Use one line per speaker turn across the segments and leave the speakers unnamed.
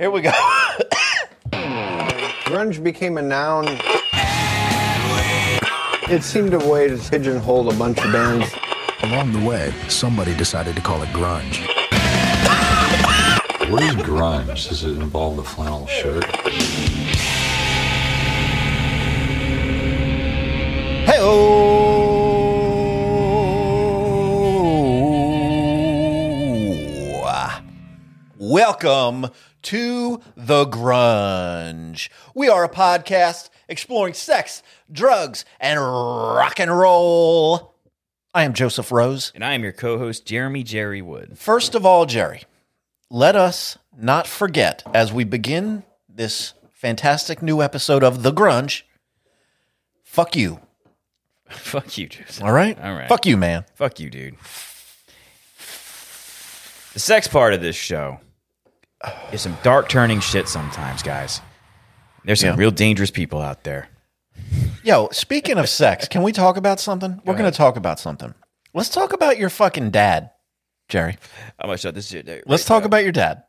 Here we go.
Grunge became a noun. It seemed a way to pigeonhole a bunch of bands.
Along the way, somebody decided to call it grunge.
What is grunge? Does it involve the flannel shirt?
hey, oh. Welcome to The Grunge. We are a podcast exploring sex, drugs, and rock and roll. I am Joseph Rose.
And I am your co host, Jeremy Jerry Wood.
First of all, Jerry, let us not forget as we begin this fantastic new episode of The Grunge, fuck you.
Fuck you, Joseph.
All right?
All right.
Fuck you, man.
Fuck you, dude. The sex part of this show is some dark turning shit sometimes, guys. There's some
Yeah.
real dangerous people out there.
Yo, speaking of sex, can we talk about something? We're going to talk about something. Let's talk about your fucking dad, Jerry.
I'm gonna shut this shit down. uh,
Let's talk about your dad.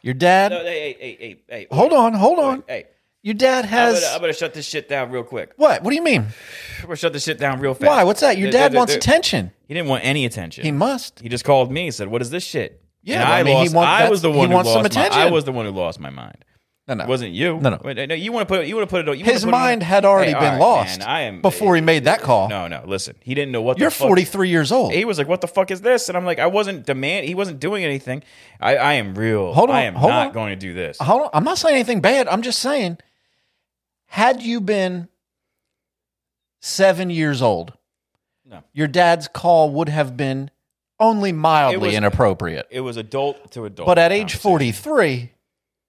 Your dad.
No, hey, hey, hey, hey, hey.
hold on, hold on.
Hey,
Your dad
I'm
has.
gonna, I'm gonna shut this shit down real quick.
what? What do you mean?
I'm gonna shut this shit down real fast.
Why? What's that? Your
There-
dad
there-
wants
there-
attention.
He didn't want any attention.
He must.
He just called me and said, "What is this shit?"
Yeah,
And
I
I,
mean, he
lost.
wants-
I
that's-
was the
he
one who
wants
lost
some
my- I
attention.
was the one who lost my mind.
No, no.
It wasn't you.
No, no.
Wait, no. You want to put it? You want to put it? You wanna
His
put it
mind
on-
had already
Hey, all
been
right,
lost
man, I am
before he made that call.
No, no. Listen, he didn't know what.
You're
the fuck,
43 years old.
He was like, "What the fuck is this?" And I'm like, "I wasn't demand. He wasn't doing anything. I, I am real.
Hold on,
I am
hold
not
on.
going to do this.
Hold on. I'm not saying anything bad. I'm just saying, had you been seven years old,
No.
your dad's call would have been only mildly
was-
inappropriate.
It was adult to adult.
But at age
conversation.
43,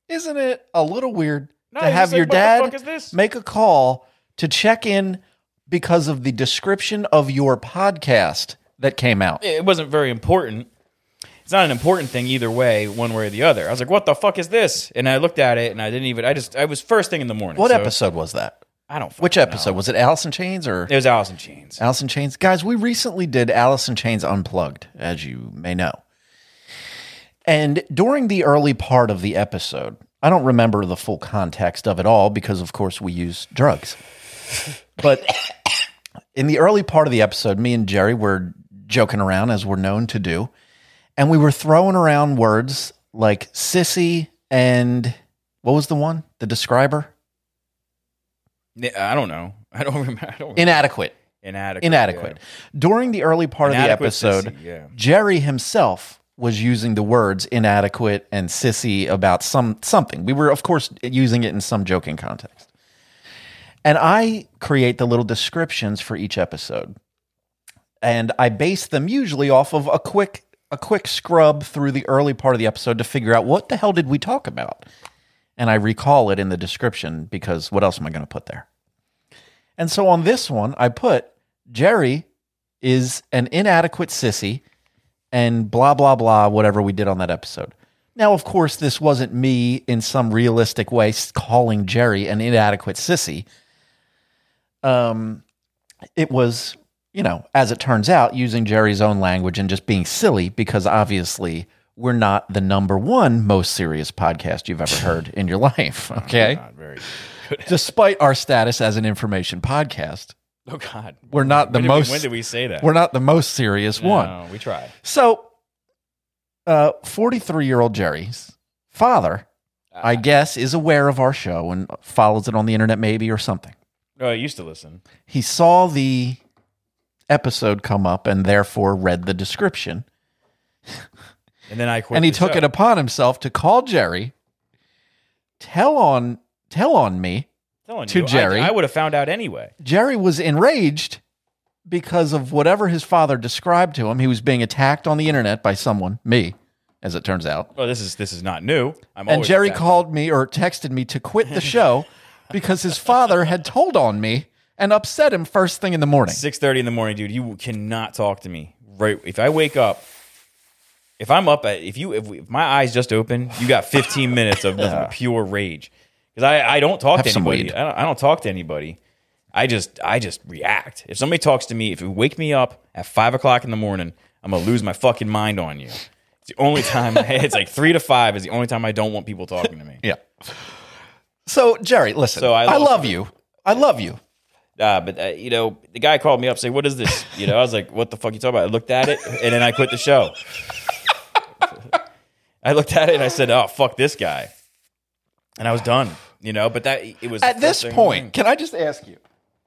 isn't it a little weird
No,
to
he's
have
just like,
your
"What the fuck
dad
is this?"
make a call to check in because of the description of your podcast that came out?
it wasn't very important. It's not an important thing either way, one way or the other. I was like, "What the fuck is this?" And I looked at it, and I didn't even. I just. I was first thing in the morning.
What
so
episode was that?
I don't.
Which
fucking know.
episode? Was it Allison Chains or
It was Alice in Chains.
Allison Chains? Guys, we recently did Allison Chains Unplugged, as you may know. And during the early part of the episode, I don't remember the full context of it all because, of course, we use drugs. But in the early part of the episode, me and Jerry were joking around as we're known to do. And we were throwing around words like sissy and what was the one? The describer?
I don't know. I don't remember. I don't remember.
Inadequate.
inadequate.
inadequate. During the early part
Inadequate
of the episode,
sissy, yeah.
Jerry himself was using the words inadequate and sissy about some something. We were, of course, using it in some joking context. And I create the little descriptions for each episode. And I base them usually off of a quick a quick scrub through the early part of the episode to figure out what the hell did we talk about. And I recall it in the description because what else am I going to put there? And so on this one, I put Jerry is an inadequate sissy and blah, blah, blah, whatever we did on that episode. Now, of course, this wasn't me in some realistic way s- calling Jerry an inadequate sissy. Um, it was, you know, as it turns out, using Jerry's own language and just being silly because obviously we're not the number one most serious podcast you've ever heard in your life. Okay
Not Oh, very.
despite our status as an information podcast,
Oh God.
we're not the
When did we-
most.
when did we say that?
We're not the most serious one.
No, we tried.
So, forty-three-year-old Jerry's father, I guess, is aware of our show and follows it on the internet, maybe, or something.
Oh, I used to listen.
He saw the episode come up and therefore read the description.
And then I quit.
and he
the
took
show.
it upon himself to call Jerry, tell on tell on me.
Telling
to
you, I-
Jerry.
I, would have found out anyway.
Jerry was enraged because of whatever his father described to him. He was being attacked on the internet by someone, me, as it turns out.
Oh, this is this is not new. I'm
and
always
Jerry
attacked.
called me or texted me to quit the show because his father had told on me and upset him first thing in the morning.
six thirty in the morning, dude. You cannot talk to me. Right? If I wake up, if I'm up at, if you, if, we, if my eyes just open, you got fifteen minutes of nothing but pure rage because I, I don't talk
Have
to
some
anybody.
weed.
I don't, I don't talk to anybody. I just, I just react. If somebody talks to me, if you wake me up at five o'clock in the morning, I'm gonna lose my fucking mind on you. It's the only time. it's like three to five is the only time I don't want people talking to me.
Yeah. So Jerry, listen,
So
I
I
love,
lost-
you. I love you.
uh, but uh, you know, the guy called me up, say, "What is this?" You know, I was like, "What the fuck you talking about?" I looked at it, and then I quit the show. I looked at it and I said, "Oh fuck this guy," and I was done. You know, but that it was
At
the
this
first thing in the morning.
point, can I just ask you?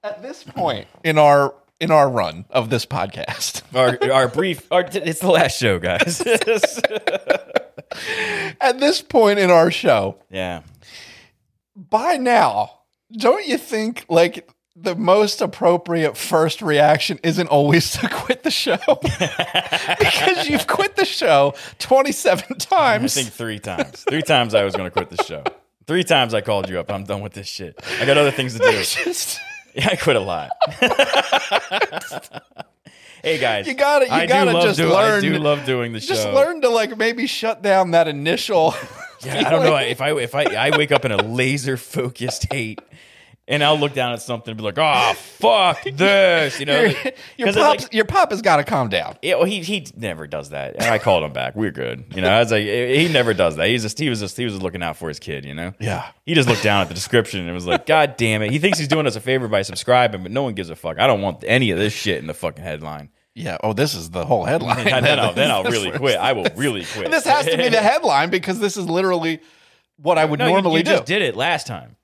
At this point in our in our run of this podcast,
our our brief, our, it's the last show, guys.
at this point in our show,
yeah,
by now, don't you think like the most appropriate first reaction isn't always to quit the show because you've quit the show 27
I
times.
think three times. Three times I was going to quit the show. Three times I called you up. I'm done with this shit. I got other things to do.
Just-
Yeah, I quit a lot. hey guys,
You gotta- you
I do
gotta
love
just
do-
learn-
I do love doing the
just
show.
learn to like maybe shut down that initial.
Yeah, I don't know if I if I I wake up in a laser focused hate. And I'll look down at something and be like, "Oh, fuck this!" You know,
Your,
like-
your
'cause it,
pops,
like,
your pop has got to calm down.
yeah, well, he he never does that. And I called him back. We're good. You know, I was like, he he never does that. He's just he was just he was just looking out for his kid. You know.
Yeah.
He just looked down at the description and was like, "God damn it!" He thinks he's doing us a favor by subscribing, but no one gives a fuck. I don't want any of this shit in the fucking headline.
Yeah. Oh, this is the whole headline.
And then I'll then I'll really quit. I will really quit.
this has to be the headline because this is literally what I would
No, you-
normally
you,
do.
just did it last time.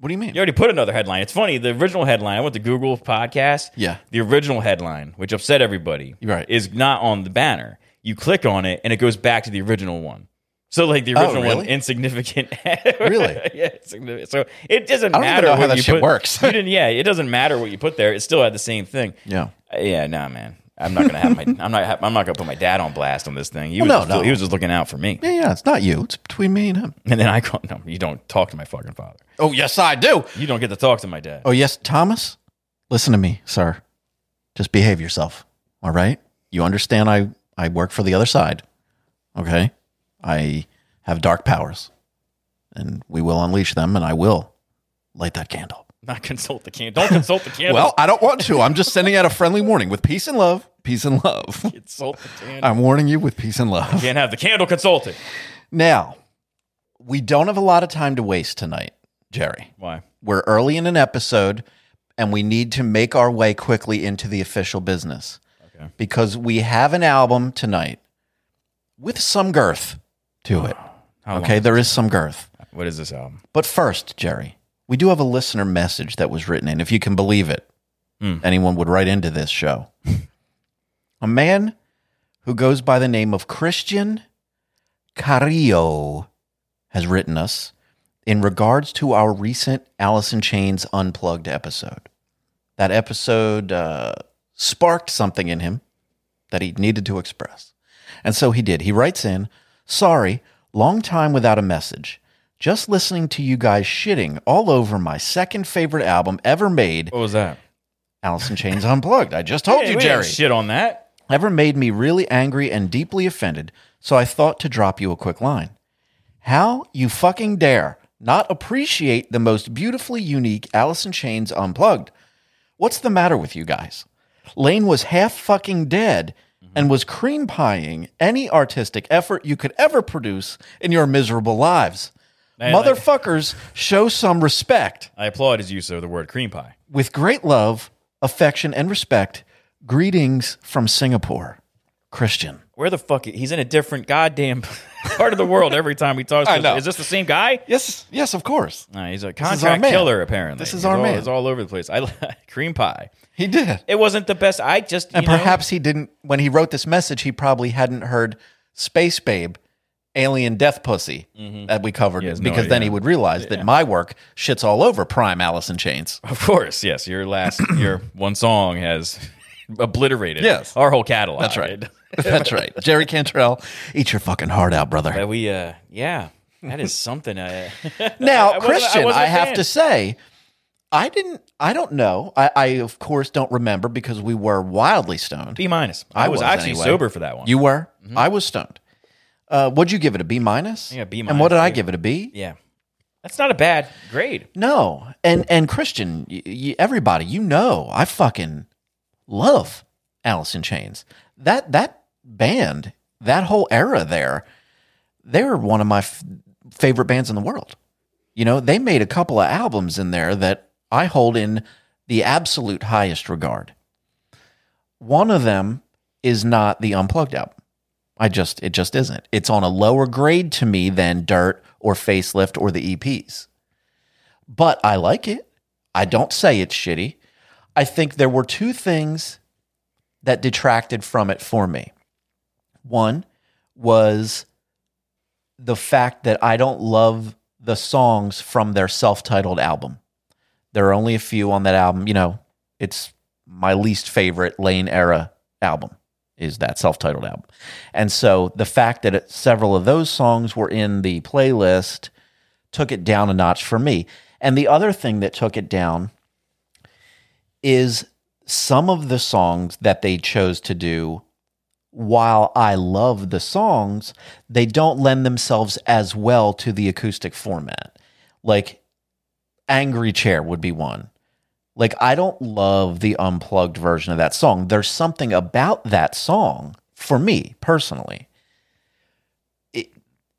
What do you mean?
You already put another headline. It's funny. The original headline. I went to Google podcast.
Yeah.
The original headline, which upset everybody,
Right.
is not on the banner. You click on it, and it goes back to the original one. So like the
Oh,
original one,
really?
insignificant.
Really?
yeah. Insignificant. So it doesn't
I don't even
matter
know how
what
that
you
shit
put-
works.
you didn't. Yeah. It doesn't matter what you put there. It still had the same thing.
Yeah.
Uh, Yeah. Nah, man. I'm not gonna have my. I'm not. ha- I'm not gonna put my dad on blast on this thing. He was
Well, no,
just,
no.
He was just looking out for me.
Yeah, yeah. It's not you. It's between me and him.
And then I call. No, you don't talk to my fucking father.
Oh, yes, I do.
You don't get to talk to my dad.
Oh, yes, Thomas, listen to me, sir. Just behave yourself. All right. You understand I, I work for the other side. Okay. I have dark powers and we will unleash them and I will light that candle.
Not consult the candle. Don't consult the candle.
Well, I don't want to. I'm just sending out a friendly warning with peace and love. Peace and love.
consult the candle.
I'm warning you with peace and love.
Can't have the candle consulted.
Now, we don't have a lot of time to waste tonight, Jerry.
Why?
We're early in an episode and we need to make our way quickly into the official business because we have an album tonight with some girth to it.
How
okay, there Oh, is some girth.
long- What is this album?
But first, Jerry, we do have a listener message that was written in, if you can believe it. Anyone would write into this show. a man who goes by the name of Christian Carrillo has written us in regards to our recent Alice in Chains Unplugged episode. That episode uh, sparked something in him that he needed to express. And so he did. He writes in Sorry, long time without a message. Just listening to you guys shitting all over my second favorite album ever made,
What was that?
Alice in Chains Unplugged. I just told
Hey,
you,
we
Jerry
didn't Shit on that.
ever made me really angry and deeply offended, so I thought to drop you a quick line. How you fucking dare not appreciate the most beautifully unique Alice in Chains Unplugged? What's the matter with you guys? Lane was half fucking dead and was cream pieing any artistic effort you could ever produce in your miserable lives. Motherfuckers, show some respect.
I applaud his use of the word cream pie.
With great love, affection, and respect, greetings from Singapore. Christian.
Where the fuck? He's in a different goddamn part of the world every time we talk.
I
to
know.
him. Is this the same guy?
Yes, yes, of course.
No, he's
is
a
our
contract
man.
killer. Apparently,
This is
He's
our
all,
man.
He's all over the place. I cream pie.
He did.
It wasn't the best. I just
And
you know,
perhaps he didn't, when he wrote this message, he probably hadn't heard Space Babe, Alien Death Pussy that we covered
He has no
because then
idea.
he would realize that my work shits all over Prime Alice in Chains.
Of course, yes. Your last, your one song has obliterated
Yes.
our whole catalog.
That's right. That's right. Jerry Cantrell, eat your fucking heart out, brother.
But we, uh, yeah, that is something. uh, I,
Now,
wasn't- I
Christian,
wasn't
I
a
have
fan.
to say, I didn't, I don't know. I, I, of course, don't remember because we were wildly stoned.
B minus. I, was, actually
anyway.
sober for that one. Mm-hmm.
You were. I was stoned. Uh, what'd you give it a B minus?
Yeah, B
And what
minus,
did I
yeah.
give it a B?
yeah, that's not a bad grade.
No, and and Christian, y- y- everybody, you know, I fucking love Alice in Chains. That that band, that whole era there, they were one of my f- favorite bands in the world. You know, they made a couple of albums in there that I hold in the absolute highest regard. One of them is not the Unplugged album. I just it just isn't. It's on a lower grade to me than Dirt or Facelift or the E EPs but I like it. I don't say it's shitty. I think there were two things that detracted from it for me. One was the fact that I don't love the songs from their self titled album. There are only a few on that album. You know, it's my least favorite Lane era album, is that self titled album. And so the fact that it, several of those songs were in the playlist took it down a notch for me. And the other thing that took it down is some of the songs that they chose to do. While I love the songs, they don't lend themselves as well to the acoustic format. Like Angry Chair would be one. Like I don't love the unplugged version of that song. There's something about that song for me personally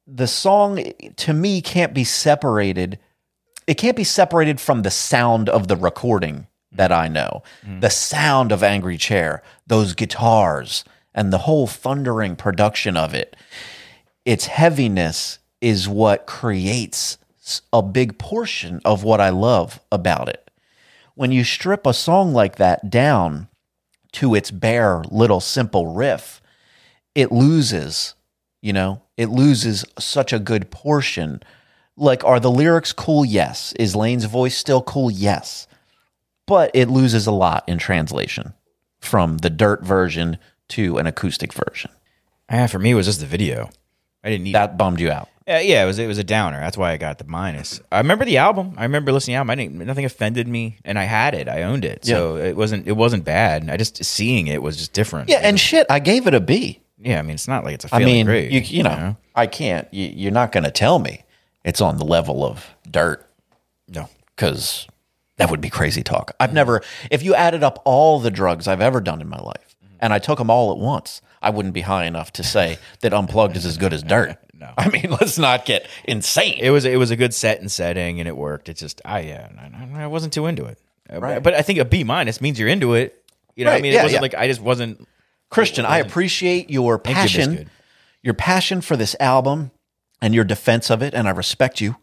the song to me can't be separated it can't be separated from the sound of the recording that i know the sound of angry chair those guitars and the whole thundering production of it its heaviness is what creates s- a big portion of what i love about it when you strip a song like that down to its bare little simple riff it loses you know it loses such a good portion like are the lyrics cool yes is lane's voice still cool yes but it loses a lot in translation from the dirt version to an acoustic version
Ah, for me, it was just the video. I didn't need
that bummed you out
Uh, yeah, it was it was a downer. That's why I got the minus. I remember the album. I remember listening to the album. I didn't nothing offended me, and I had it. I owned it, so it wasn't it wasn't bad. I just seeing it was just different.
yeah and shit i gave it a b
yeah. I mean, it's not like it's a
i
failing
mean
grade,
you, you know i can't you, you're not going to tell me it's on the level of dirt
no.
because that would be crazy talk. I've never, if you added up all the drugs I've ever done in my life and I took them all at once, I wouldn't be high enough to say that unplugged is as good as dirt. no. I mean, let's not get insane.
It was it was a good set and setting, and it worked. It's just I yeah, I, I wasn't too into it. Uh,
Right.
But I think a B minus means you're into it. You know, what
Right,
I mean,
yeah,
it wasn't
yeah.
like I just wasn't.
Christian, I appreciate your
Thank you, Miss
passion,
Good.
your passion for this album and your defense of it, and I respect you.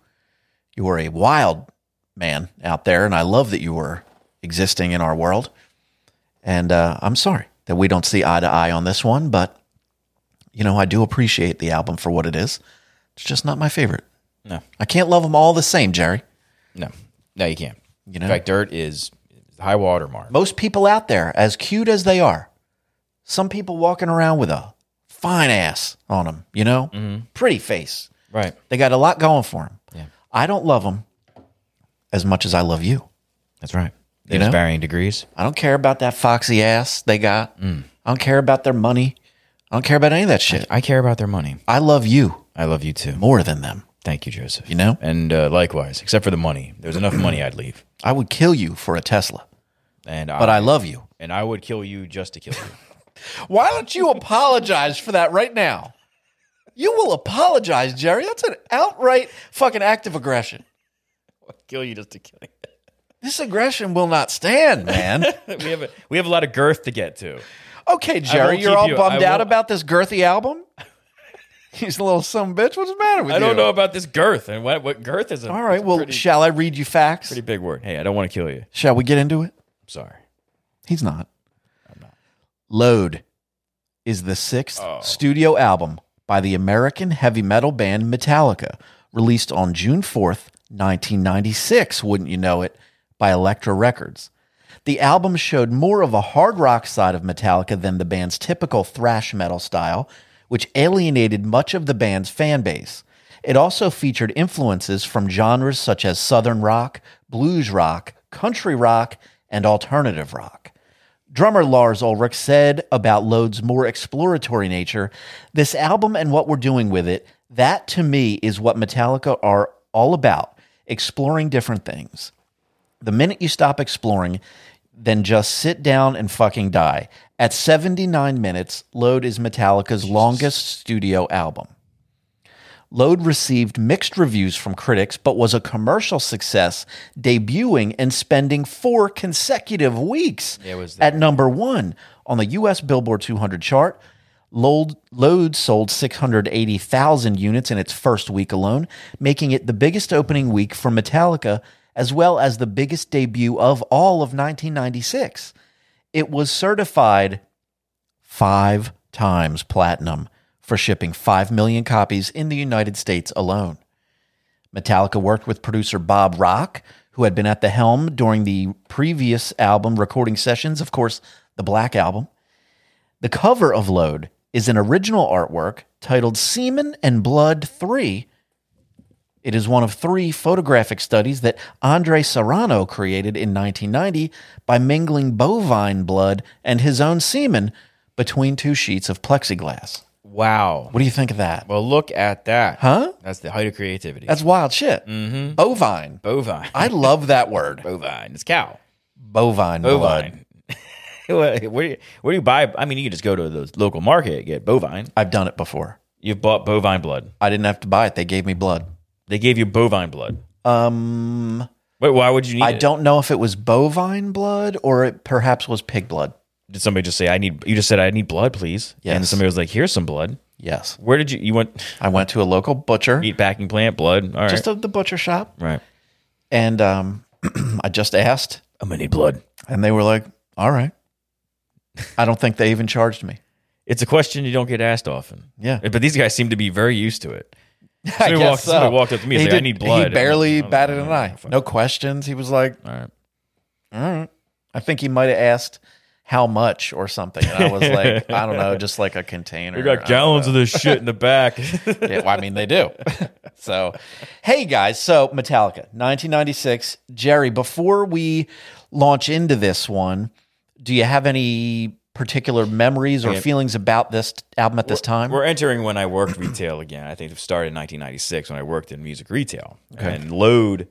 You are a wild man out there, and I love that you were existing in our world. And uh, I'm sorry that we don't see eye to eye on this one, but you know, I do appreciate the album for what it is. It's just not my favorite.
No.
I can't love them all the same, Jerry.
No, no, you can't.
You know?
in fact, dirt is high water mark.
most people out there, as cute as they are, some people walking around with a fine ass on them, you know, pretty face.
Right.
They got a lot going for them. I don't love them as much as I love you.
That's right.
You
There's
know?
varying degrees.
I don't care about that foxy ass they got. I don't care about their money. I don't care about any of that shit.
I care about their money.
I love you
I love you too.
more than them.
Thank you, Joseph.
You know?
and uh, likewise, except for the money. There's enough money I'd leave,
I would kill you for a Tesla,
and
but
I,
I love you.
and I would kill you just to kill you.
Why don't you apologize for that right now? You will apologize, Jerry. That's an outright fucking act of aggression.
kill you just to kill you.
This aggression will not stand, man.
we have a, we have a lot of girth to get to.
Okay, Jerry,
won't
you're
keep
all
you- I
bummed out
won't-
about this girthy album? He's a little some bitch. What's the matter with
I
you?
don't know about this girth and what, what girth is. A,
All right, well, shall I read you facts?
pretty big word. Hey, I don't want to kill you.
Shall we get into it?
I'm sorry.
He's not. Load is the sixth
Oh.
studio album by the American heavy metal band Metallica, released on June 4th, 1996, wouldn't you know it, by Elektra Records. The album showed more of a hard rock side of Metallica than the band's typical thrash metal style, which alienated much of the band's fan base. It also featured influences from genres such as southern rock, blues rock, country rock, and alternative rock. Drummer Lars Ulrich said about Lode's more exploratory nature, this album and what we're doing with it, that to me is what Metallica are all about, exploring different things. The minute you stop exploring, then just sit down and fucking die. At 79 minutes, Load is Metallica's longest studio album. Load received mixed reviews from critics, but was a commercial success, debuting and spending four consecutive weeks at number one on the U.S. Billboard 200 chart. Load, Load sold 680,000 units in its first week alone, making it the biggest opening week for Metallica, as well as the biggest debut of all of 1996. It was certified five times platinum for shipping 5 million copies in the United States alone. Metallica worked with producer Bob Rock, who had been at the helm during the previous album recording sessions, of course, the Black Album. The cover of Load is an original artwork titled Semen and Blood 3. It is one of three photographic studies that Andre Serrano created in 1990 by mingling bovine blood and his own semen between two sheets of plexiglass.
Wow.
What do you think of that?
Well, look at that.
Huh?
That's the height of creativity.
That's wild shit.
Mm-hmm.
Bovine.
bovine.
I love that word.
bovine. It's cow.
Bovine, blood.
Bovine. where, where do you, where do you buy? I mean, you can just go to the local market get bovine.
I've done it before.
You bought bovine blood.
I didn't have to buy it. They gave me blood.
They gave you bovine blood.
Um,
Wait, why would you need?
I
it?
don't know if it was bovine blood or it perhaps was pig blood.
Did somebody just say I need? You just said I need blood, please. Yeah. And
Yes.
somebody was like, "Here's some blood."
Yes.
Where did you? You went
I went to a local butcher,
meat packing plant blood. All right.
just the butcher shop,
right.
and um, I just asked,
I'm gonna need blood.
and they were like, all right. I don't think they even charged me.
It's a question you don't get asked often.
Yeah.
But these guys seem to be very used to it.
I
Somebody
guess
walked- somebody walked up to me and
He
said, "I
did-
need blood."
He barely
I'm like,
batted
"Oh,
an eye.
fuck."
No questions. He was like,
All right.
I think he might have asked how much or something. And I was like, I don't know, just like a container.
We got gallons of this shit in the back.
Yeah, well, I mean, they do. so, hey guys, so Metallica, 1996. Jerry, before we launch into this one, do you have any particular memories or feelings about this t- album at this time?
We're entering when I worked retail again. I think it started in 1996 when I worked in music retail. And Load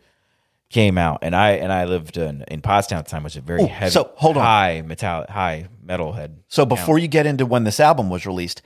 came out, and I and I lived in, in Pottstown at the time, which is a very
Ooh,
heavy,
so, hold on.
high metal, high metalhead.
so, before you get into when this album was released,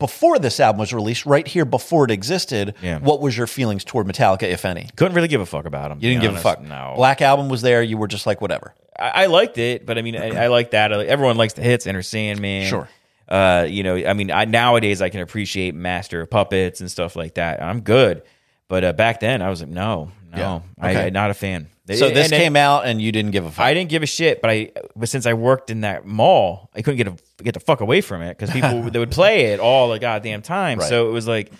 before this album was released, right here before it existed,
Yeah.
what was your feelings toward Metallica, if any?
Couldn't really give a fuck about him.
You didn't give a fuck.
No,
Black album was there. You were just like whatever.
I, I liked it, but I mean, I, I like that. I like- everyone likes the hits, Enter Sandman.
Sure.
Uh, you know, I mean, I nowadays I can appreciate Master of Puppets and stuff like that. I'm good, but uh, back then I was like, no, no,
Yeah. Okay.
I, am not a fan.
So this
And then-
came out and you didn't give a fuck.
I didn't give a shit, but I but since I worked in that mall, I couldn't get a, get the fuck away from it because people they would play it all the goddamn time.
Right.
So it was like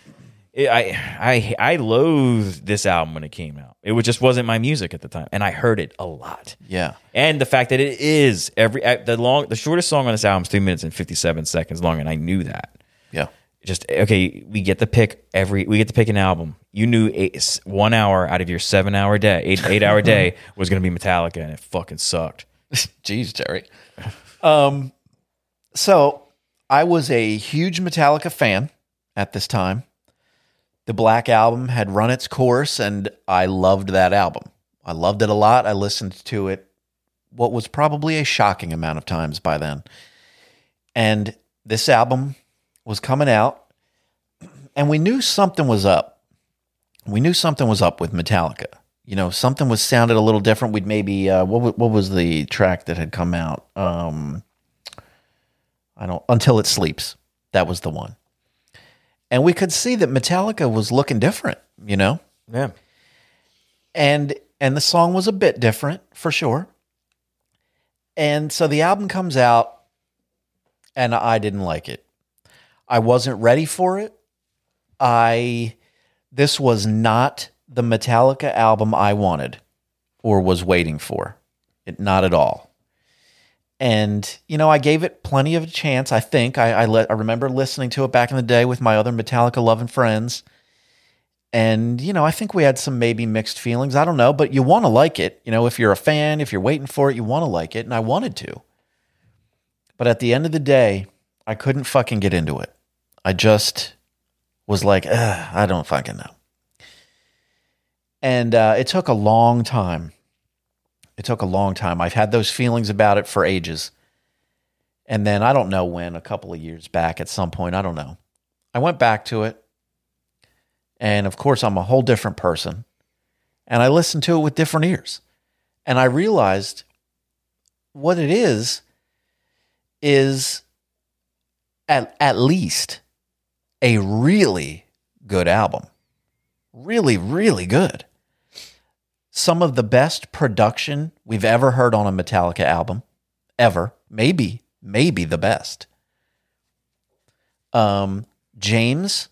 it, I I I loathed this album when it came out. It was, just wasn't my music at the time, and I heard it a lot.
Yeah.
and the fact that it is every uh, the long the shortest song on this album is three minutes and fifty seven seconds long, and I knew that.
yeah.
Just okay, we get to pick every we get to pick an album. You knew eight, s- one hour out of your seven hour day, eight eight hour day was going to be Metallica, and it fucking sucked.
Jeez, Jerry. Um, so I was a huge Metallica fan at this time. The Black Album had run its course, and I loved that album. I loved it a lot. I listened to it what was probably a shocking amount of times by then. And this album was coming out, and we knew something was up. We knew something was up with Metallica. You know, something was sounded a little different. We'd maybe uh, what wa- what was the track that had come out? Um, I don't until it sleeps. That was the one. And we could see that Metallica was looking different, you know?
Yeah.
and and the song was a bit different for sure and so the album comes out and i didn't like it i wasn't ready for it i this was not the metallica album i wanted or was waiting for it not at all and you know i gave it plenty of a chance i think i i, let, I remember listening to it back in the day with my other metallica loving friends and you know i think we had some maybe mixed feelings i don't know but you want to like it you know if you're a fan if you're waiting for it you want to like it and i wanted to but at the end of the day i couldn't fucking get into it i just was like Ugh, i don't fucking know and uh, it took a long time it took a long time i've had those feelings about it for ages and then i don't know when a couple of years back at some point i don't know i went back to it and of course, I'm a whole different person. And I listened to it with different ears. And I realized what it is is at, at least a really good album. Really, really good. Some of the best production we've ever heard on a Metallica album, ever. Maybe, maybe the best. Um, James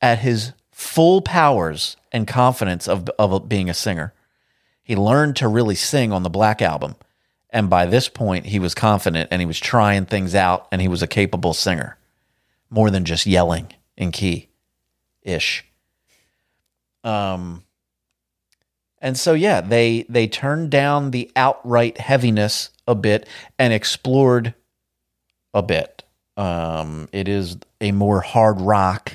at his full powers and confidence of, of being a singer. He learned to really sing on the Black Album. And by this point, he was confident and he was trying things out and he was a capable singer more than just yelling in key ish. Um, and so, yeah, they, they turned down the outright heaviness a bit and explored a bit. Um, it is a more hard rock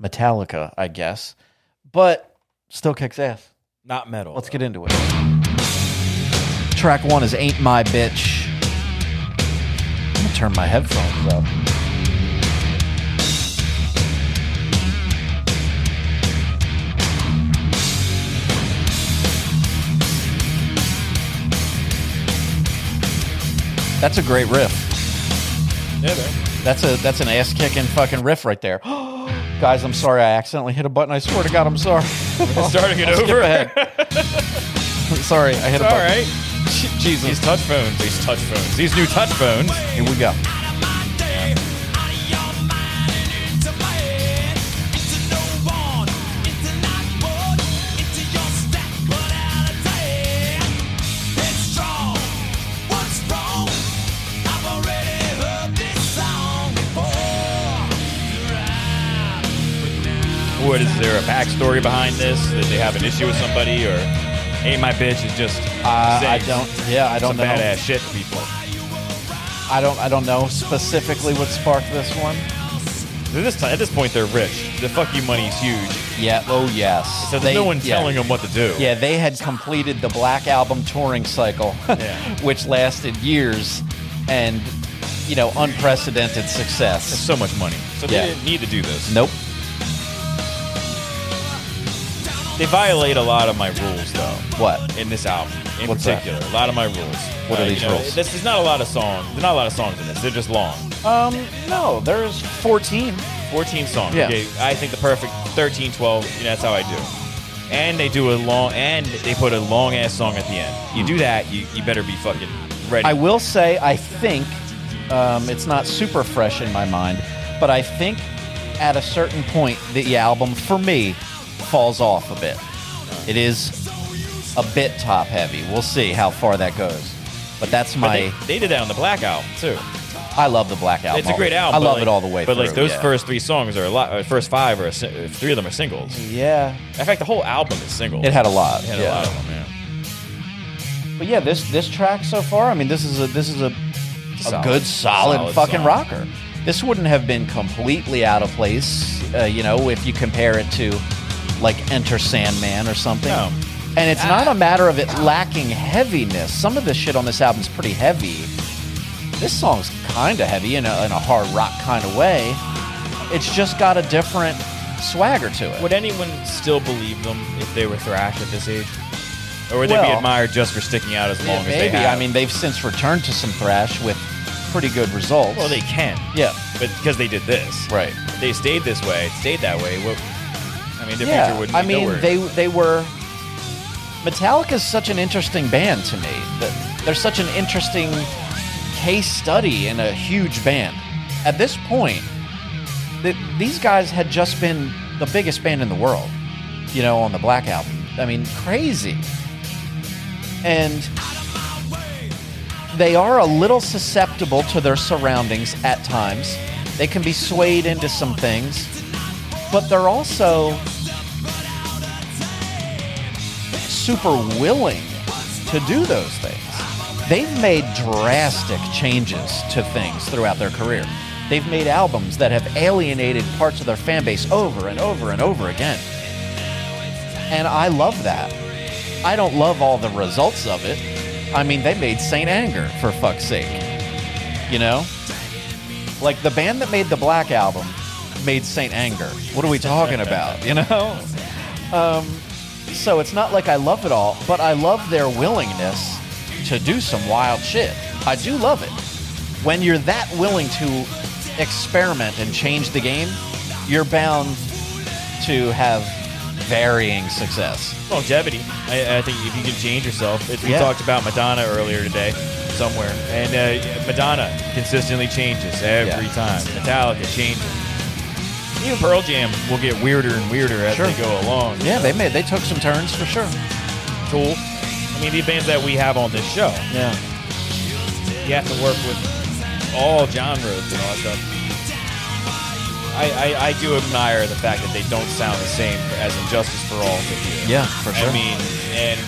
Metallica, I guess, but still kicks ass.
Not metal.
Let's get into it. Track one is Ain't My Bitch. I'm gonna turn my headphones up. That's a great riff.
Yeah, man.
That's a that's an ass kicking fucking riff right there. Guys, I'm sorry I accidentally hit a button. I swear to God, I'm sorry.
Starting it over.
Skip ahead. sorry, I hit a
All
button.
right.
Jesus.
These touch phones. These touch phones. These new touch phones.
Here we go.
What is there a backstory behind this? Did they have an issue with somebody or? Hey, my bitch is just.
Uh, I
saying
don't. Yeah, I don't
some
know.
badass shit to people.
I don't. I don't know specifically what sparked this one.
At this, time, at this point, they're rich. The fuck you money's huge.
Yeah. Oh yes.
So there's no one
yeah.
telling them what to do.
Yeah, they had completed the Black Album touring cycle,
Yeah.
which lasted years, and you know, unprecedented
That's
success.
so much money. So
Yeah.
they didn't need to do this.
Nope.
They violate a lot of my rules, though.
What?
In this album, in
What's that?
particular, a lot of my rules.
What are
you
these
know,
rules?
This is not a lot of songs. There's not a lot of songs in this. They're just long.
Um. No, there's 14.
14 songs.
Yeah.
Okay, I think the perfect 13, 12. You know, that's how I do. And they do a long, and they put a long ass song at the end. You do that, you, you better be fucking ready.
I will say, I think um, it's not super fresh in my mind, but I think at a certain point, the album for me falls off a bit. It is a bit top heavy. We'll see how far that goes. But that's
But
my.
they, they did that on the Black album too.
I love the Black Album.
It's a great album.
I
but
love
like-
it all the way.
But like
through,
those
yeah.
first three songs are a lot. Or first five are a, si- uh, three of them are singles.
Yeah,
In fact, the whole album is singles.
it had a lot.
It had
yeah.
a lot of them. Yeah.
But yeah, this this track so far, I mean, this is a this is a, a
Solid.
good solid,
Solid
fucking
song.
rocker. This wouldn't have been completely out of place, uh, you know, if you compare it to like Enter Sandman or something.
No. Ah.
And it's not a matter of it lacking heaviness. Some of the shit on this album's pretty heavy. This song's kind of heavy in a, in a hard rock kind of way. It's just got a different swagger to it.
Would anyone still believe them if they were thrash at this age? Or would they
Well-
be admired just for sticking out as long
Yeah,
as
maybe.
they have?
I mean, they've since returned to some thrash with pretty good results.
Well, they can.
Yeah.
But because they did this.
Right.
If they stayed this way, it stayed that way. Well, I mean, the future
yeah.
wouldn't
I
be
mean,
nowhere.
they they were. Metallica's such an interesting band to me. That they're such an interesting case study in a huge band. At this point, that these guys had just been the biggest band in the world. You know, on the Black album. I mean, crazy. And they are a little susceptible to their surroundings at times. They can be swayed into some things, but they're also super willing to do those things. They've made drastic changes to things throughout their career. They've made albums that have alienated parts of their fan base over and over and over again. And I love that. I don't love all the results of it. I mean, they made Saint Anger for fuck's sake. You know? Like the band that made the Black album made Saint Anger. What are we talking about? You know? So it's not like I love it all, but I love their willingness to do some wild shit. I do love it. When you're that willing to experiment and change the game, you're bound to have varying success.
longevity. I, I think if you can change yourself, it's, we
Yeah.
talked about Madonna earlier today somewhere, and uh, Madonna consistently changes every
Yeah.
time. Metallica changes. Even Pearl Jam will get weirder and weirder as
Sure.
they go along.
Yeah, they made they took some turns for sure.
Tool. I mean, the bands that we have on this show,
Yeah.
you have to work with all genres and all that stuff. I, I, I do admire the fact that they don't sound the same as Injustice for All. did.
Yeah, for sure.
I mean, and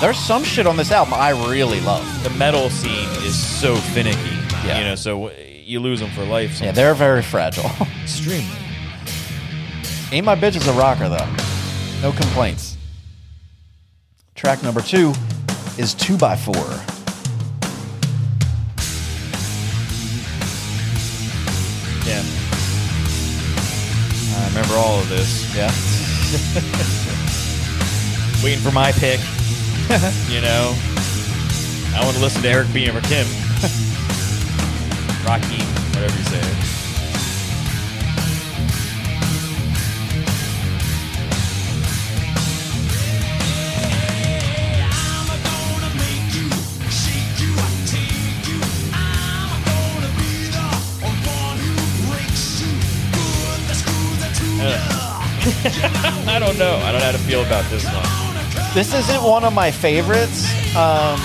There's some shit on this album I really love.
the metal scene is so finicky.
Yeah.
You know, so you lose them for life.
Yeah, they're very fragile.
extremely.
Ain't My Bitch is a rocker, though. No complaints. Track number two is 2x4.
Yeah. I remember all of this.
Yeah.
Waiting for my pick. you know, I want to listen to Eric B. and Rakim. Rocky, whatever you say. I don't know. I don't know how to feel about this one.
This isn't one of my favorites. Um,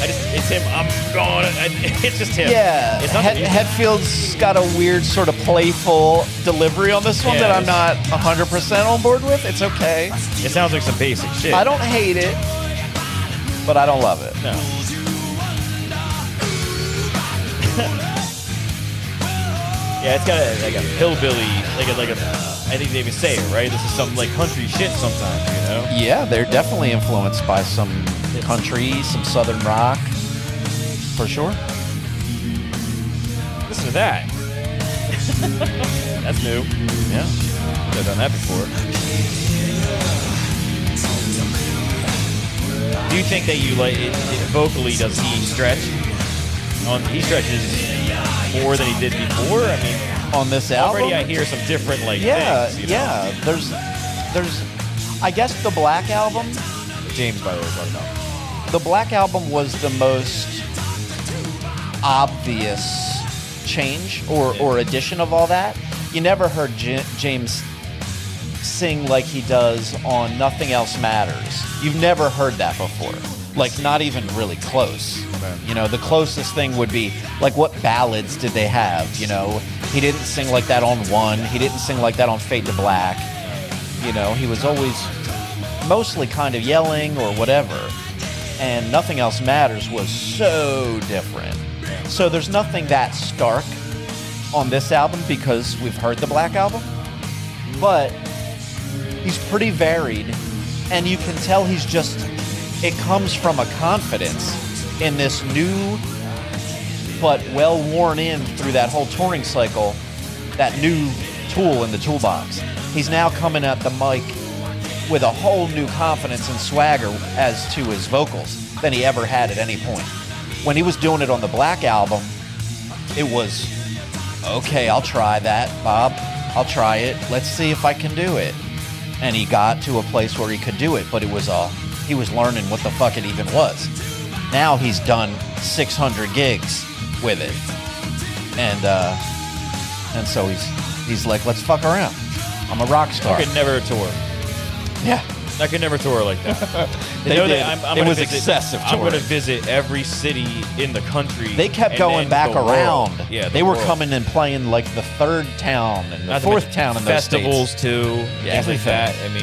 I just, it's him. I'm gone. It's just him.
yeah.
It's not.
Head- Headfield's got a weird, sort of playful delivery on this one
Yeah,
that I'm not
it's-
100% on board with. It's okay.
it sounds like some basic shit.
I don't hate it, but I don't love it.
No. yeah, it's got a, like a hillbilly, like a, like a. I think they even say it right. This is some like country shit sometimes, you know.
Yeah, they're definitely influenced by some country, some southern rock, for sure.
Listen to that. That's new.
Yeah.
I've done that before. Do you think that you like it, it- vocally? Does he stretch? On he stretches more than he did before. I mean,
On this album,
already I hear some different like
Yeah,
things. you know?
yeah. There's, there's. I guess the Black album.
James, by the way, is on top.
The Black album was the most obvious change or or addition of all that. You never heard J- James sing like he does on Nothing Else Matters. You've never heard that before. Like not even really close. You know, the closest thing would be like what ballads did they have, you know? He didn't sing like that on One, he didn't sing like that on Fade to Black. You know, he was always mostly kind of yelling or whatever. And Nothing Else Matters was so different. So there's nothing that stark on this album because we've heard the Black album. But he's pretty varied and you can tell he's just it comes from a confidence in this new but well worn in through that whole touring cycle that new tool in the toolbox he's now coming at the mic with a whole new confidence and swagger as to his vocals than he ever had at any point when he was doing it on the black album it was okay i'll try that bob i'll try it let's see if i can do it and he got to a place where he could do it but it was all he was learning what the fuck it even was now he's done 600 gigs with it and uh and so he's he's like let's fuck around i'm a rock star
I could never tour.
yeah
I could never tour like that. They
They
know
did.
that I'm, I'm
It
gonna
was
visit-
excessive
I'm going to
touring.
visit every city in the country.
They kept
and
going
then
back
the world.
around.
Yeah, the
they were
world.
coming and playing like the third town and the
Not to
fourth
mention
town in those
festivals
states.
too.
Yeah,
things
everything.
like that. I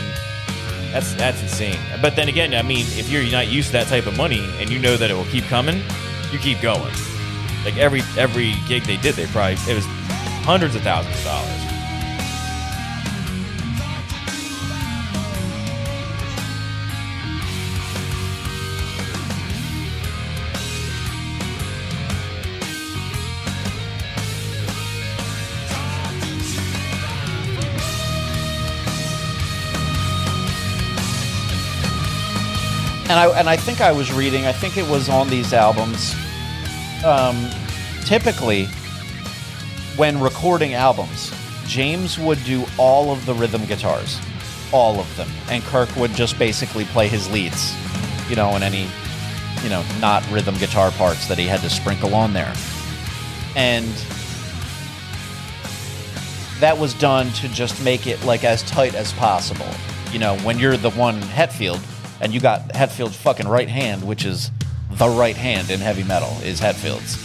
mean, that's that's insane. But then again, I mean, if you're not used to that type of money and you know that it will keep coming, you keep going. Like every every gig they did, they probably it was hundreds of thousands of dollars.
And I and I think I was reading. I think it was on these albums. Um, typically, when recording albums, James would do all of the rhythm guitars, all of them, and Kirk would just basically play his leads, you know, and any, you know, not rhythm guitar parts that he had to sprinkle on there, and that was done to just make it like as tight as possible. You know, when you're the one Hetfield and you got Hetfield's fucking right hand, which is the right hand in heavy metal is Hetfield's.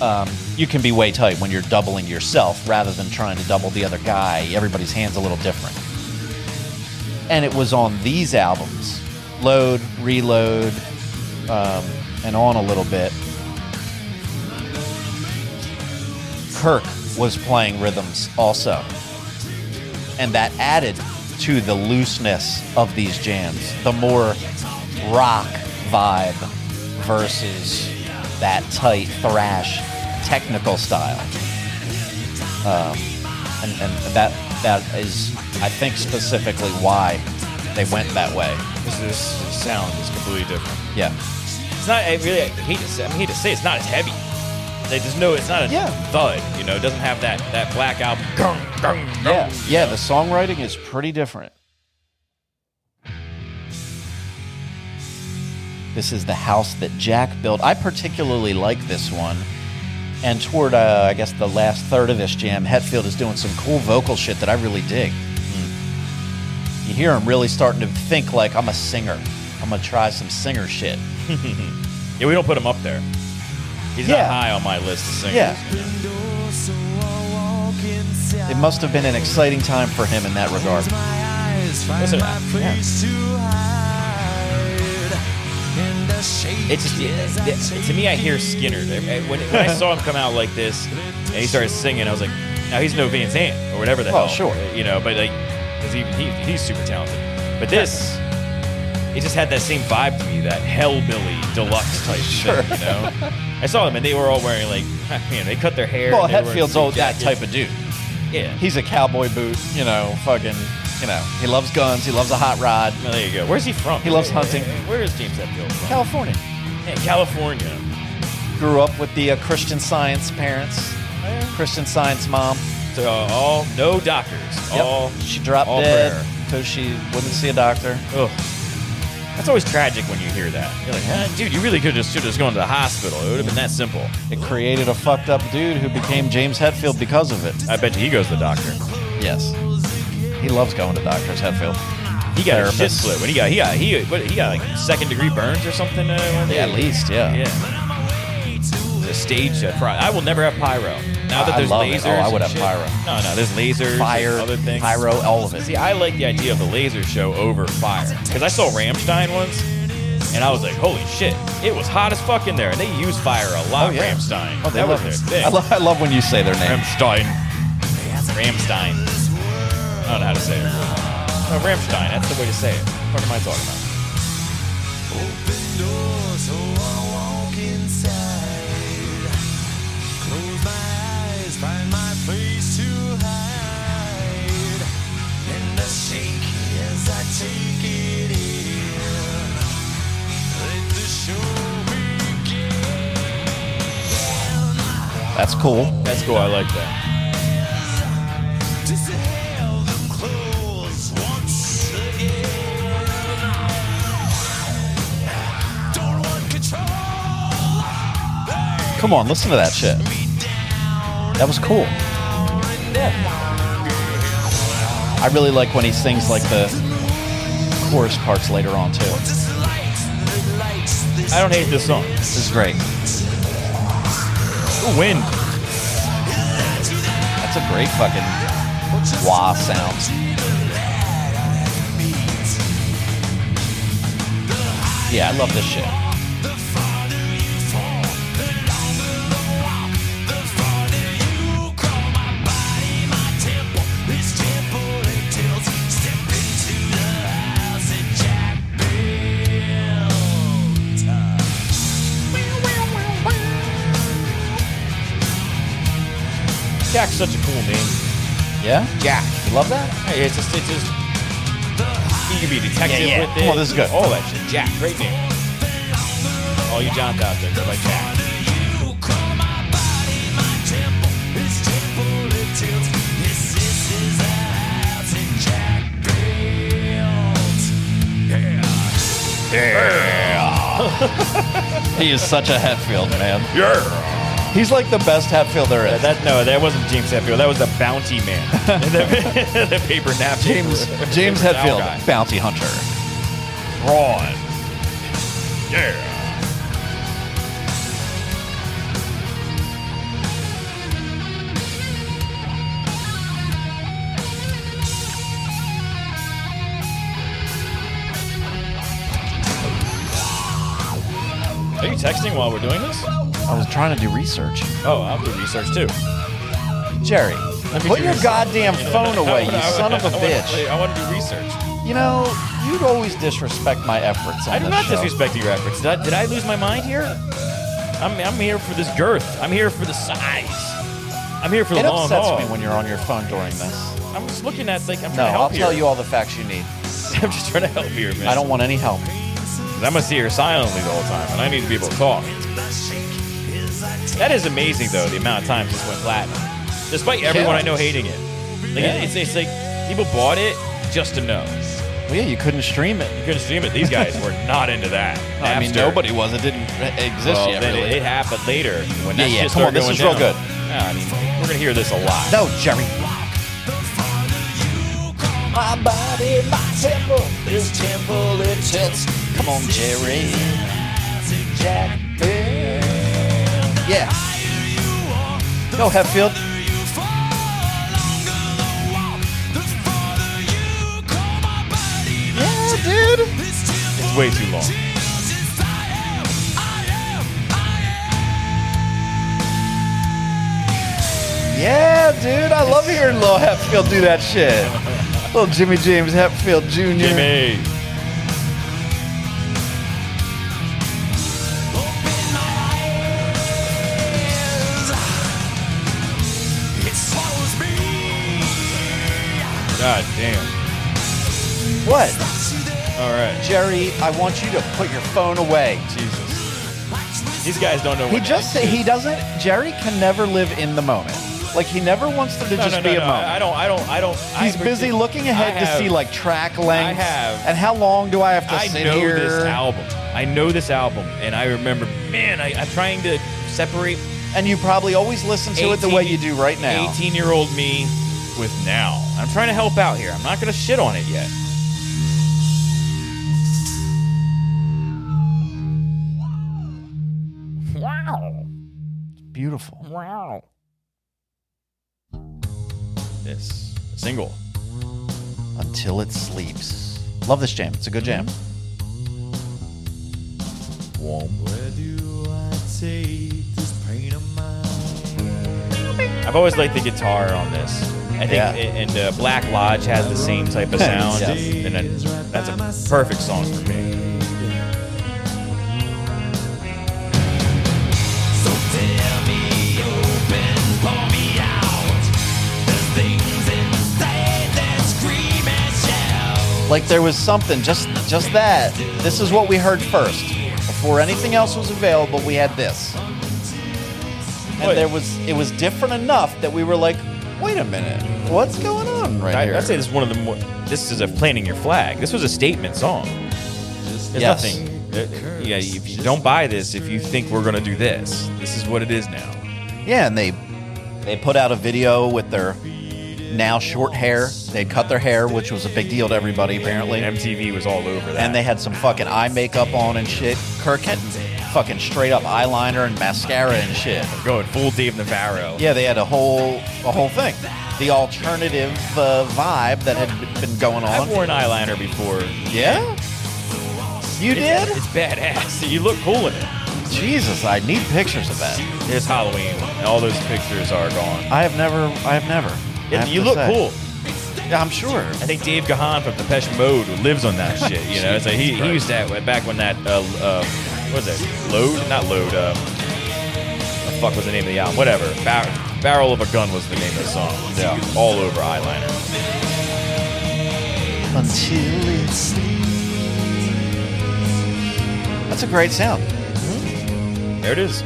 Um, you can be way tight when you're doubling yourself rather than trying to double the other guy. Everybody's hands a little different. And it was on these albums, Load, Reload, um, and on a little bit. Kirk was playing rhythms also. And that added to the looseness of these jams, the more rock vibe versus that tight thrash technical style. Um, and, and that that is, I think, specifically why they went that way.
This, this, this sound is completely different.
Yeah.
It's not. I really I hate to say. I mean, I hate to say it's not as heavy. Like, there's no. It's not a
Yeah.
thud. You know, it doesn't have that that black album. gung, gung, gung.
Yeah. Yeah, the songwriting is pretty different. This is the house that Jack built. I particularly like this one. And toward, uh, I guess, the last third of this jam, Hetfield is doing some cool vocal shit that I really dig. Hmm. You hear him really starting to think like, I'm a singer. I'm going to try some singer shit.
Yeah, we don't put him up there. He's
Yeah.
not high on my list of singers.
Yeah. It must have been an exciting time for him in that regard.
Listen to that. It's just, it- it- to me, I hear Skinner. I- I- When, when I saw him come out like this and he started singing, I was like, now he's no Van Zant or whatever the
Oh,
hell.
sure.
You know, but like, because he, he, he's super talented. But this, it just had that same vibe to me, that Hellbilly deluxe type thing, you know? I saw them and they were all wearing like, man, they cut their hair.
Well,
and they were wearing
Hetfield's
suit
all that
jackets.
type of dude.
Yeah.
He's a cowboy boot, you know, fucking, you know, he loves guns, he loves a hot rod.
Well, there you go. Where's he from?
He loves hunting.
Where is James Hetfield from?
California.
Yeah, California.
Grew up with the uh, Christian science parents, Christian science mom.
So uh, all no doctors.
Yep.
All
she dropped
all
dead
prayer.
because she wouldn't see a doctor.
Ugh. That's always tragic when you hear that. You're like, huh, dude, you really could have just should have just gone to the hospital. It would have been that simple.
It created a fucked up dude who became James Hetfield because of it.
I bet you he goes to the doctor.
Yes. He loves going to doctors, Hetfield.
He got a shit
Therapist.
split when he got he got he what, he got like second degree burns or something. Uh, one day?
Yeah, at least, yeah.
yeah. The stage. Uh, pri- I will never have pyro. Now
I-
that
I
there's
love it.
lasers,
Oh, I
and
would have
shit.
pyro.
No, no, there's lasers, and
Fire,
other things,
pyro, all of it.
See, I like the idea of a laser show over fire because I saw Ramstein once, and I was like, "Holy shit! It was hot as fuck in there." And they use fire a lot. Ramstein.
Oh, they
that
love
was
it.
their
I,
thing.
lo- I love when you say their name.
Ramstein. Ramstein. I don't know how to say it. No, Ramstein. That's the way to say it. What am I talking about?
That's cool.
That's cool. I like that.
Come on, listen to that shit. That was cool. I really like when he sings like the chorus parts later on too. This
I don't hate this song.
is great.
Ooh, wind.
That's a great fucking wah sound. Yeah, I love this shit.
Jack's such a cool name.
Yeah?
Jack.
You love that?
Hey, it's just, it's just. You can be a detective
Yeah, yeah.
with it.
Come on, this is good.
All that shit. Jack, great name. All you Johns out there, go by Jack.
He is such a Hatfield, man. Yeah. He's like the best Hatfield there is.
That no, that wasn't James Hetfield. That was the Bounty Man, the, the paper napkin.
James James
Paper towel
Hetfield,
guy.
bounty hunter.
Braun. Yeah. Are you texting while we're doing this?
I was trying to do research.
Oh, I'll do research too.
Jerry,
me
put
do
your
research.
goddamn phone away, you son of a
I wanna
bitch.
play- I want to do research.
You know, you'd always disrespect my efforts on
I do
this
not
show.
disrespect your efforts. Did I, did I lose my mind here? I'm, I'm here for this girth. I'm here for the size. I'm here for the
It
long
upsets
haul.
me when you're on your phone during this.
I'm just looking at like I'm trying
No,
to help
I'll
here.
tell you all the facts you need.
I'm just trying to help here, man.
I don't want any help.
I'm gonna sit here silently the whole time, and I need to be able to talk. That is amazing, though, the amount of times this went platinum, despite everyone I know hating it. Like,
Yeah.
it's, it's like people bought it just to know.
Well, yeah, you couldn't stream it.
You could assume it. These guys were not into that.
I mean,
Napster.
nobody was. It didn't exist
Well,
yet,
then
really.
it, it happened later. When
Yeah,
that
yeah,
shit
come on,
started
this
going
is real
down.
good.
Yeah, I mean, we're gonna hear this a lot.
no, Jerry. My body, my temple, this temple it tilts. Come on, Jerry. Jack Bill. Yeah. Go, Hetfield. Yeah, dude.
It's way too long.
Yeah, dude, I love hearing Lil Hatfield do that shit. Little Jimmy James Hatfield Jr.
Jimmy. God damn.
What?
All right.
Jerry, I want you to put your phone away.
Jesus. These guys don't know
He
what
just
the heck
he doesn't Jerry can never live in the moment. Like he never wants there to
No,
just
no, no,
be a
no.
moment.
I I don't. I don't. I don't.
He's
I
busy
partic-
looking ahead
I
to see
have-
like track length.
I have-
And how long do I have to
I
sit
know
here?
this album. I know this album, and I remember. Man, I, I'm trying to separate
And you probably always listen to it the way you do right now.
18 year old me with now. I'm trying to help out here. I'm not going to shit on it yet.
Beautiful.
Wow. This single.
Until it sleeps. Love this jam. It's a good jam.
I've always liked the guitar on this. I think,
Yeah.
and uh, Black Lodge has the same type of sound,
Yes.
and then that's a perfect song for me.
Like there was something, just just that. This is what we heard first. Before anything else was available, we had this. and there was it was different enough that we were like, wait a minute, what's going on right
I,
here?
I'd say this is one of the more. This is a planting your flag. This was a statement song. There's
Yes.
nothing. uh, Yeah, if you don't buy this, if you think we're gonna do this, this is what it is now.
Yeah, and they they put out a video with their now short hair. They cut their hair, which was a big deal to everybody apparently.
And MTV was all over that.
And they had some fucking eye makeup on and shit. Kirk had fucking straight up eyeliner and mascara and shit.
going full Dave Navarro.
Yeah, they had a whole a whole thing. The alternative uh, vibe that had been going
I've
on.
worn eyeliner before.
Yeah. You did?
It's badass. You look cool in it.
Jesus, I need pictures of that.
It's Halloween, and all those pictures are gone.
I have never. I have never. I have
you
to
look
say.
cool.
Yeah, I'm sure.
I think Dave Gahan from Depeche Mode lives on that shit. You know, it's like he, he used that back when that uh, uh, what was it? Load, not load. Uh, the fuck was the name of the album? Whatever. Bar- Barrel of a Gun was the name of the song. Yeah, all over eyeliner.
Until it That's a great sound.
There it is.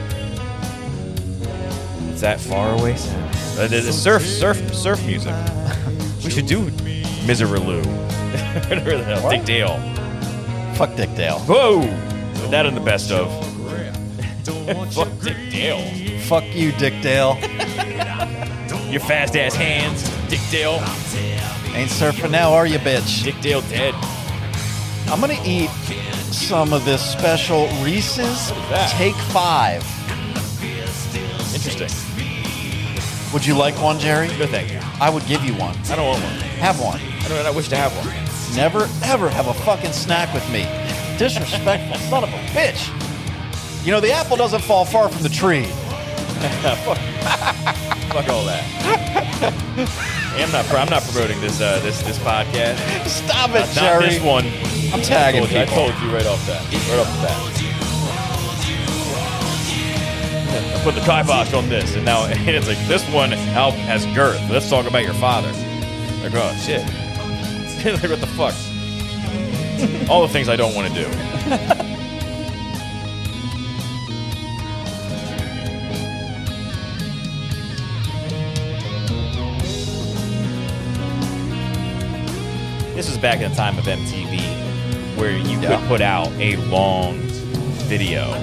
It's that far away sound. Uh, the- the surf, surf, surf music. We should do Miserloo. Dick Dale.
Fuck Dick Dale.
Whoa! Put That in the best of. Fuck Dick Dale.
Fuck you, Dick Dale.
Your fast ass hands, Dick Dale.
Ain't surfing now, are you, bitch?
Dick Dale dead.
I'm gonna eat some of this special Reese's
that?
Take Five.
Interesting.
Would you like one, Jerry?
No thank you.
I would give you one.
I don't want one.
Have one.
I don't. I wish to have one.
Never, ever have a fucking snack with me. Disrespectful son of a bitch. You know, the apple doesn't fall far from the tree.
Fuck all that. I'm not. I'm not promoting this. Uh, this this podcast.
Stop it,
Not
Jerry.
this one.
I'm tagging
I told, you, I
people.
told you right off that. Right off the bat. I put the kibosh on this, and now it's like this one album has girth. Let's talk about your father. Like oh shit. like what the fuck? All the things I don't want to do. This was back in the time of MTV, where you
Yeah.
could put out a long video.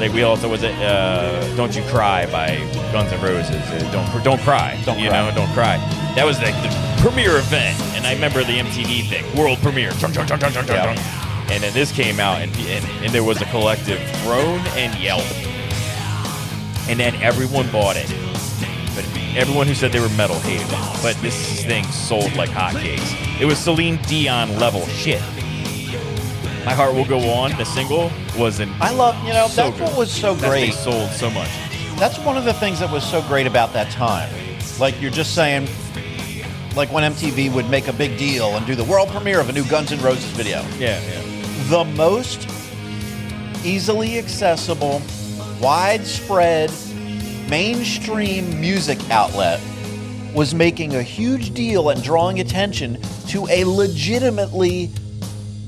Like we also was it uh, "Don't You Cry" by Guns N' Roses. Uh, don't don't cry.
Don't
you
cry.
know? Don't cry. That was like the premiere event, and I remember the MTV thing, world premiere. Chung, chung, chung, chung, chung, chung,
Yeah.
chung. And then this came out, and, and and there was a collective groan and yelp, and then everyone bought it. But everyone who said they were metal hated it. But this thing sold like hotcakes. It was Celine Dion level shit. My Heart Will Go On, the single, was an.
I love, you know,
So
that's what
good.
was so
That's-
great.
They sold so much.
That's one of the things that was so great about that time. Like you're just saying, like when MTV would make a big deal and do the world premiere of a new Guns N' Roses video.
Yeah, yeah.
The most easily accessible, widespread, mainstream music outlet was making a huge deal and drawing attention to a legitimately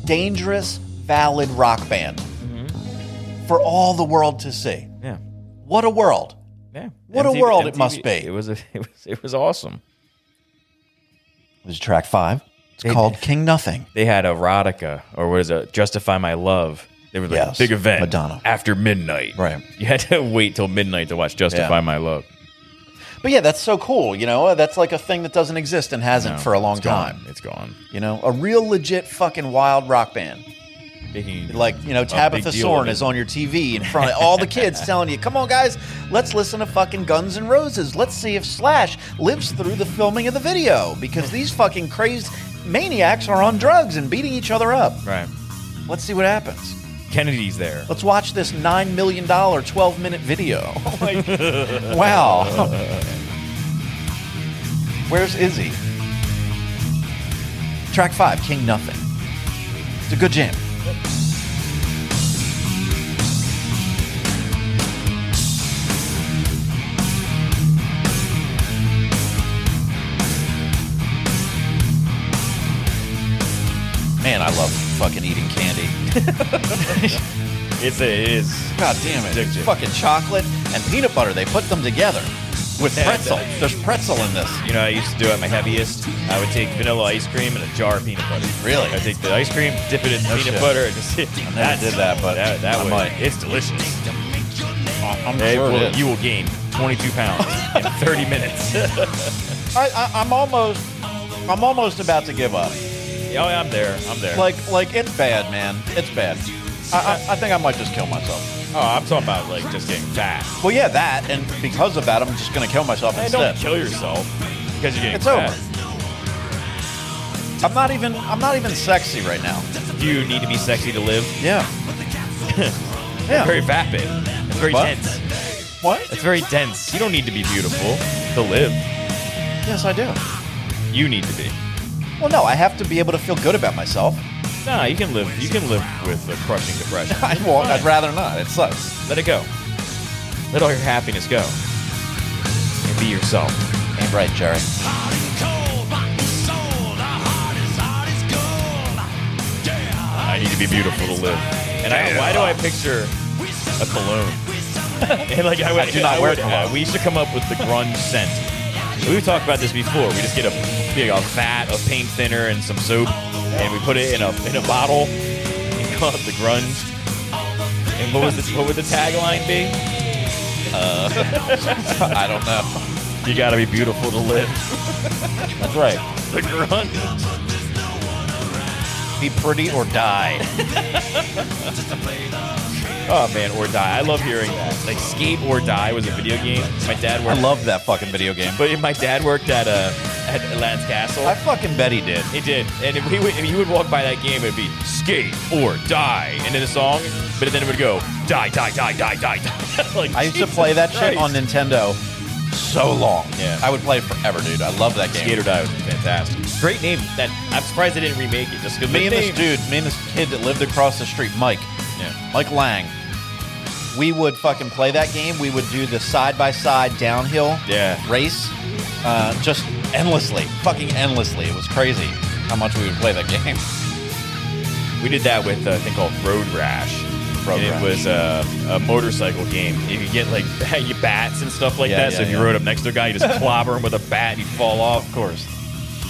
dangerous, valid rock band
Mm-hmm.
for all the world to see.
Yeah.
What a world!
Yeah.
What a world it must be.
It was, a, it was it was awesome.
It was track five. It's called King Nothing.
They had erotica or what is it? Justify My Love. They were like
Yes,
big event.
Madonna.
After midnight.
Right.
You had to wait till midnight to watch Justify
Yeah.
My Love.
But yeah, that's so cool. You know, that's like a thing that doesn't exist and hasn't
No,
for a long
it's gone.
time.
It's gone.
You know, a real legit fucking wild rock band.
Making
Like, you know,
a big
Tabitha
deal
Soren
of it.
is on your TV in front of all the kids telling you, come on, guys, let's listen to fucking Guns N' Roses. Let's see if Slash lives through the filming of the video because these fucking crazed maniacs are on drugs and beating each other up.
Right.
Let's see what happens.
Kennedy's there.
Let's watch this $9 million 12 minute video. Oh wow. Where's Izzy? Track five, King Nothing. It's a good jam. Man, I love fucking eating candy.
It's a, it is.
God damn it.
Addictive.
Fucking chocolate and peanut butter. They put them together with
Yeah,
pretzel.
it's-
There's pretzel in this.
You know, I used to do at my heaviest. I would take vanilla ice cream and a jar of peanut butter.
Really?
I take the ice cream, dip it in
No
peanut
shit.
butter, and just. I
never did that, but
that, that
I
would-
might.
it's delicious.
I'm
It
sure
will-
it is.
You will gain 22 pounds in 30 minutes. oh,
I, I, I'm almost, I'm almost about to give up.
yeah, I'm there. I'm there.
Like, like it's bad, man. It's bad. I, I, I think I might just kill myself.
oh, I'm talking about like just getting fat.
Well, yeah, that, and because of that, I'm just gonna kill myself
Hey,
instead.
don't kill yourself because you're getting
It's
fat.
I'm not even, I'm not even sexy right now.
You need to be sexy to live.
Yeah. yeah.
Very vapid. It's very
What?
dense.
what?
It's very dense. You don't need to be beautiful to live.
Yes, I do.
You need to be.
Well, no, I have to be able to feel good about myself.
Nah, you can live. You can live with a crushing depression.
I won't. I'd rather not. It sucks.
Let it go. Let all your happiness go. And be yourself.
Ain't right, Jerry.
I need to be beautiful to live. And I, why do I picture a cologne? and like I, would,
I do not wear
would- uh,
cologne.
we used to come up with the grunge scent. We've talked about this before. We just get a big a vat of paint thinner and some soap, and we put it in a in a bottle and call it the grunge. And what was the, what would the tagline be?
I don't know.
You gotta be beautiful to live.
That's right.
The grunge.
Be pretty or die.
Oh man, or die. I love hearing that. Like skate or die was a video game. My dad
I
worked.
love that fucking video game.
But my dad worked at uh, at Lance Castle.
I fucking bet he did.
It did. And if he would, if you would walk by that game, it'd be skate or die. And then a song, but then it would go die, die, die, die, die, die. like,
I used to
Jesus
play that shit
Christ.
on Nintendo so long.
Yeah.
I would play it forever, dude. I love that game.
Skate or Die was fantastic. Great name. That I'm surprised they didn't remake it. Just because
Me and this dude, me and this kid that lived across the street, Mike,
Yeah.
Mike Lang, we would fucking play that game. We would do the side by side downhill
Yeah.
race uh, just endlessly, fucking endlessly. It was crazy how much we would play that game.
We did that with uh, a thing called Road Rash.
Road
and
Rash.
It was uh, a motorcycle game. You could get like you bats and stuff like
Yeah,
that.
yeah,
so if
yeah.
you rode up next to a guy, you just clobber him with a bat, and he'd fall off.
Of course.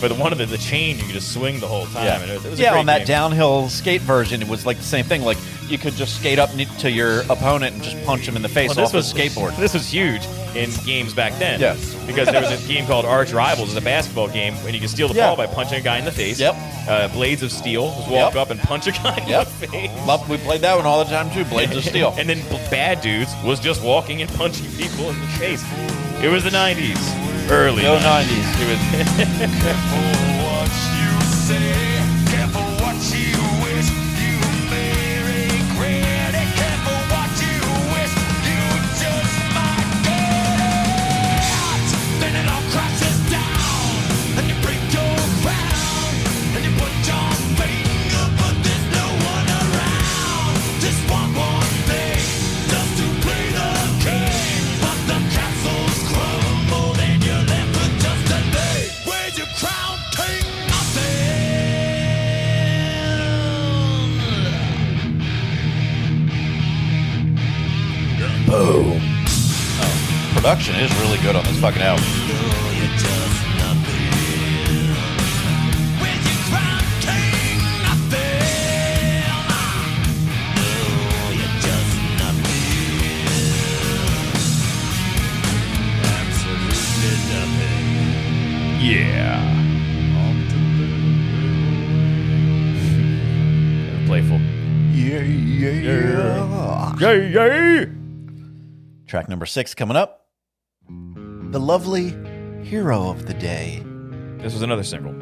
But one of the, the chain, you could just swing the whole time. And it was, it was a
yeah,
great
on that
game.
downhill skate version, it was like the same thing. Like you could just skate up ne- to your opponent and just punch him in the face
Well,
off a skateboard.
This was huge in games back then.
Yeah.
Because there was a game called Arch Rivals, it's a basketball game, and you can steal the
Yeah.
ball by punching a guy in the face.
Yep.
Uh, Blades of Steel, just walk
Yep.
up and punch a guy in
Yep.
the face.
Love, we played that one all the time too. Blades of Steel.
And then Bad Dudes was just walking and punching people in the face. It was the 90s. Early.
Go
90s.
nineties.
It was
Production is really good on this fucking album.
Yeah. Playful.
Yeah, yeah,
Yeah, yeah.
Track number six coming up. The lovely hero of the day.
This was another single.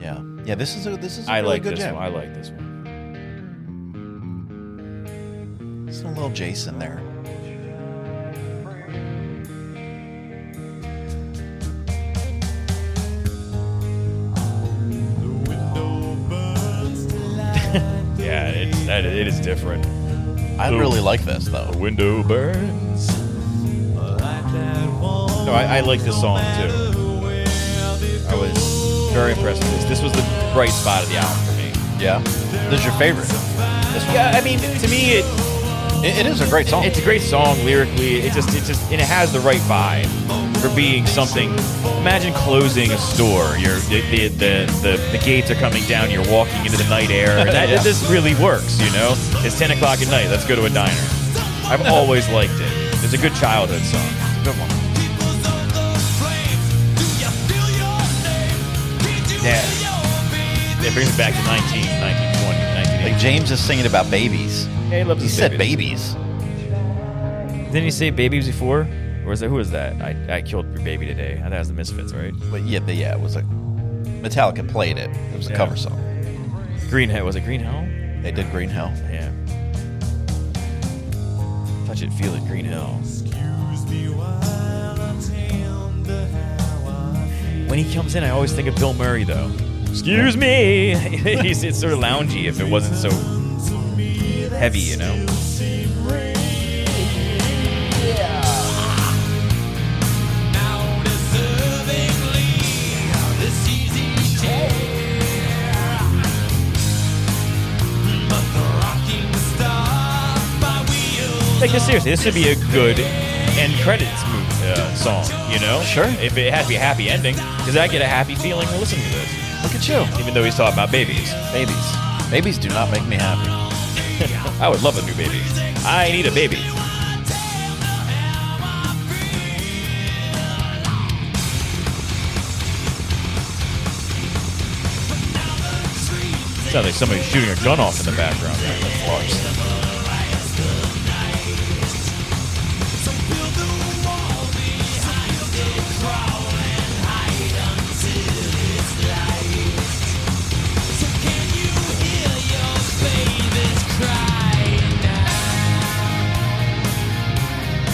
Yeah, yeah. This is a this is a
I
really
like
good
this
jam.
one. I like this one.
Some little Jason there.
Yeah, it's that it is different.
I really like this though.
window burns. No, I, I like this song too. I was very impressed with this. This was the bright spot of the album for me.
Yeah, this is your favorite. This one.
Yeah, I mean, to me, it
It, it is a great song.
It's a great song lyrically. It just, it just, and it has the right vibe for being something. Imagine closing a store. You're the the the, the, the gates are coming down. You're walking into the night air. And that,
Yeah.
This really works. You know, it's ten o'clock at night. Let's go to a diner. I've always liked it. It's a good childhood song. It's a good one. Yeah. It brings it back to 19, 1920,
like
1980.
James is singing about babies.
Yeah, he loves
He
his
said
babies.
babies.
Didn't he say babies before? Or is that who was that? I, I killed your baby today. That was the Misfits, right?
But yeah, but yeah, it was a Metallica played it. It was a
Yeah.
cover song.
Green Hell was it Green Hell?
They did Green Hell.
Yeah. Touch it, feel it, Green Hell. When he comes in, I always think of Bill Murray though. Excuse me. He's it's sort of loungy if it wasn't so heavy, you know. Like this, seriously, this would be a good end credits movie, uh, song, you know?
Sure.
If it had to be a happy ending, because I get a happy feeling when listening to this,
Look at you,
even though he's talking about babies.
babies. Babies do not make me happy.
I would love a new baby. I need a baby. Sounds like somebody's shooting a gun off in the background. there. That's Lars.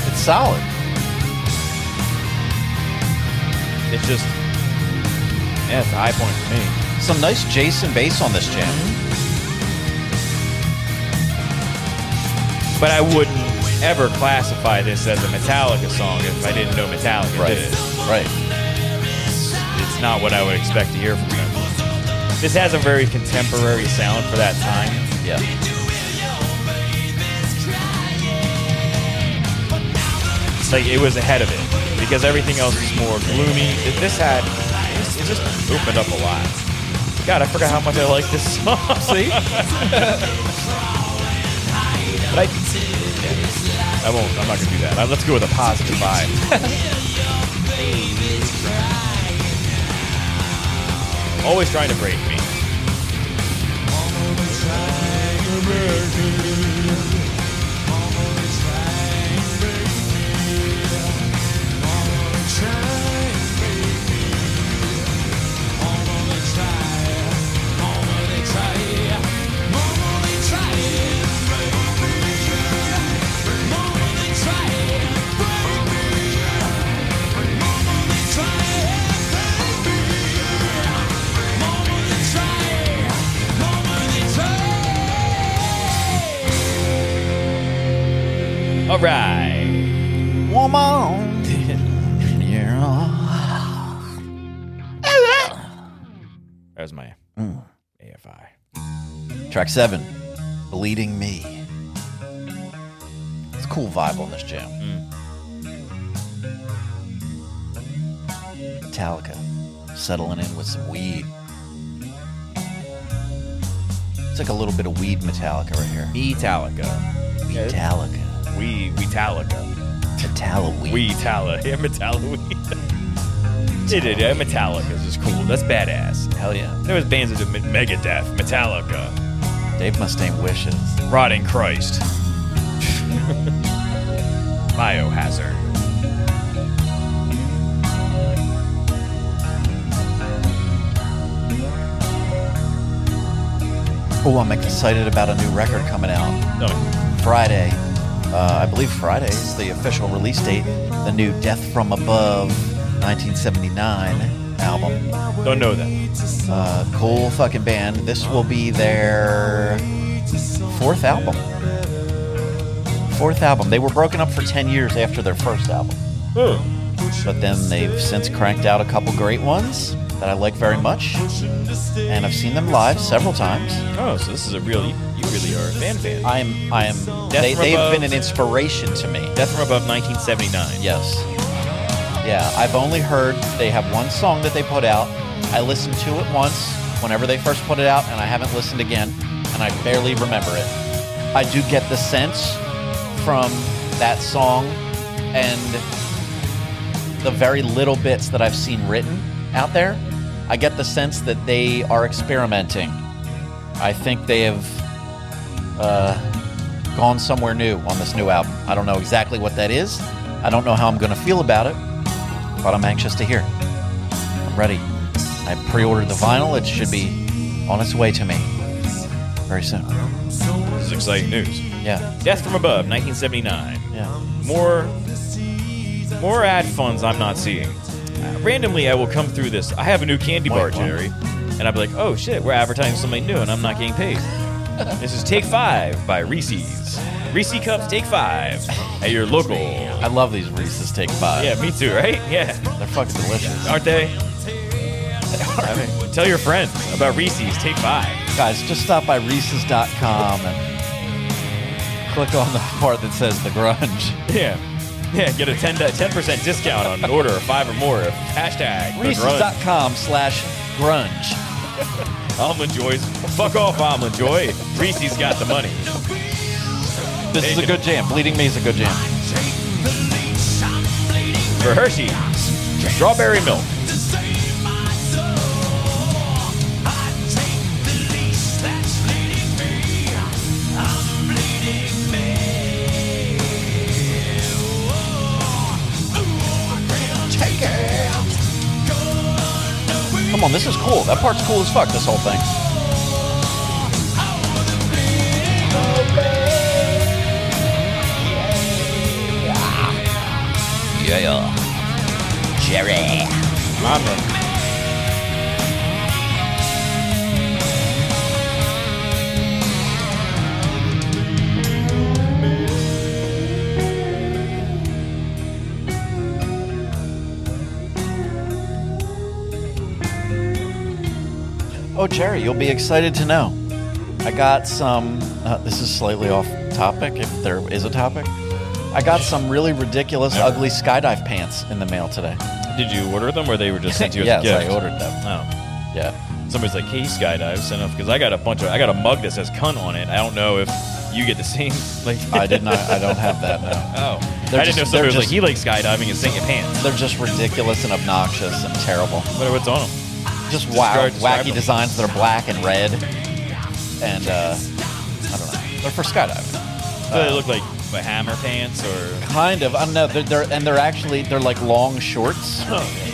It's solid.
It's just, yeah, it's a high point for me.
Some nice Jason bass on this jam.
Mm-hmm. But I wouldn't ever classify this as a Metallica song if I didn't know Metallica did it.
Right.
it's not what I would expect to hear from them. This has a very contemporary sound for that time.
Yeah.
It's like it was ahead of it because everything else is more gloomy. Th- This had this, it just opened up a lot. God, I forgot how much I like this song. See, but I, yeah, I won't. I'm not gonna do that. Uh, Let's go with a positive vibe. Always trying to break me. All right.
Woman, you're all-
That was my AFI.
Track seven, bleeding me. It's a cool vibe on this jam. Metallica, settling in with some weed. It's like a little bit of weed Metallica right here.
Metallica.
Metallica,
We Metallica.
Metallica,
We Tala. Yeah, Metallica. It did. Yeah, Metallica is just cool. That's badass.
Hell yeah.
There was bands that did Me- Megadeth, Metallica,
Dave Mustaine wishes.
Rotting Christ, Biohazard.
Oh, I'm excited about a new record coming out.
No,
Friday. Uh, I believe Friday is the official release date. The new Death from Above 1979 album.
don't know that.
Uh, cool fucking band. This will be their fourth album. Fourth album. They were broken up for 10 years
Oh,
after their first album. But then they've since cranked out a couple great ones. that I like very much, and I've seen them live several times.
Oh, so this is a real. You, you really are a fan fan.
I am, I am. They,
from
they've
Above.
been an inspiration to me.
Death from Above 1979.
Yes. Yeah, I've only heard they have one song that they put out. I listened to it once whenever they first put it out, and I haven't listened again, and I barely remember it. I do get the sense from that song and the very little bits that I've seen written out there. I get the sense that they are experimenting. I think they have gone somewhere new on this new album. I don't know exactly what that is. I don't know how I'm going to feel about it, but I'm anxious to hear. I'm ready. I pre ordered the vinyl. It should be on its way to me very soon.
This is exciting news.
Yeah.
Death from Above 1979.
Yeah.
More, more ad funds I'm not seeing. Uh, randomly, I will come through this. I have a new candy bar,
Wait, what?
Jerry, and I'll be like, "Oh shit, we're advertising something new, and I'm not getting paid." this is Take Five by Reese's. Reese cups, Take Five at your local.
I love these Reese's Take Five.
Yeah, me too, right? Yeah.
They're fucking delicious.
aren't they? I mean, tell your friend about Reese's. Take five.
Guys, just stop by Reese's.com and click on the part that says the grunge.
Yeah. Yeah, get a 10, 10% discount on an order of five or more. Hashtag the grunge.
Reese's.com slash grunge.
Almond Joy's. Fuck off, Almond Joy. Reese's got the money.
This is a good jam. Bleeding Me is a good jam.
For Hershey, strawberry milk.
Come on, this is cool. That part's cool as fuck, this whole thing.
Mama.
Oh, Jerry, you'll be excited to know. I got some. Uh, this is slightly off topic, if there is a topic. I got some really ridiculous, ugly skydive pants in the mail today.
Did you order them or they were just sent to you
yes,
as a gift?
I ordered them.
Oh.
Yeah.
Somebody's like, hey, skydive, send off. Because I got a bunch of, I got a mug that says cunt on it. I don't know if you get the same. Like,
I did not. I don't have that now.
Oh.
They're
I
just-
didn't know somebody was
they're
like, he likes skydiving and singing pants.
They're just ridiculous and obnoxious and terrible.
I wonder what's on them.
Just wild,
Describe- describe
wacky
them.
designs that are black and red. And, uh, I don't know. They're for skydiving. Uh,
Do they look like the hammer pants or
Kind of. I don't know. They're, they're and they're actually they're like long shorts.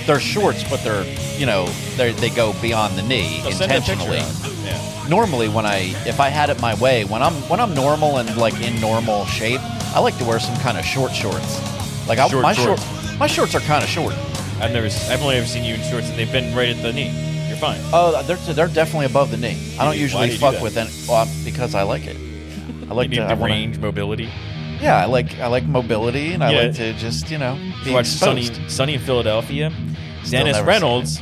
They're shorts, but they're you know they they go beyond the knee
Oh, send that picture
intentionally.
out. Yeah.
Normally, when I if I had it my way, when I'm when I'm normal and like in normal shape, I like to wear some kind of short shorts. Like I,
Short
my
shorts.
short my shorts are kind of short.
I've never, s- I've only ever seen you in shorts, and they've been right at the knee. You're fine.
Oh, they're they're definitely above the knee. I don't
Why
usually
do you do
fuck
that?
with any well, because I like it. I
You
like
need
to
the
I wanna-
range, mobility.
Yeah, I like I like mobility and I
Yeah.
like to just you know be
Watch Sunny,
exposed.
Sunny in Philadelphia.
Still
Dennis
never
Reynolds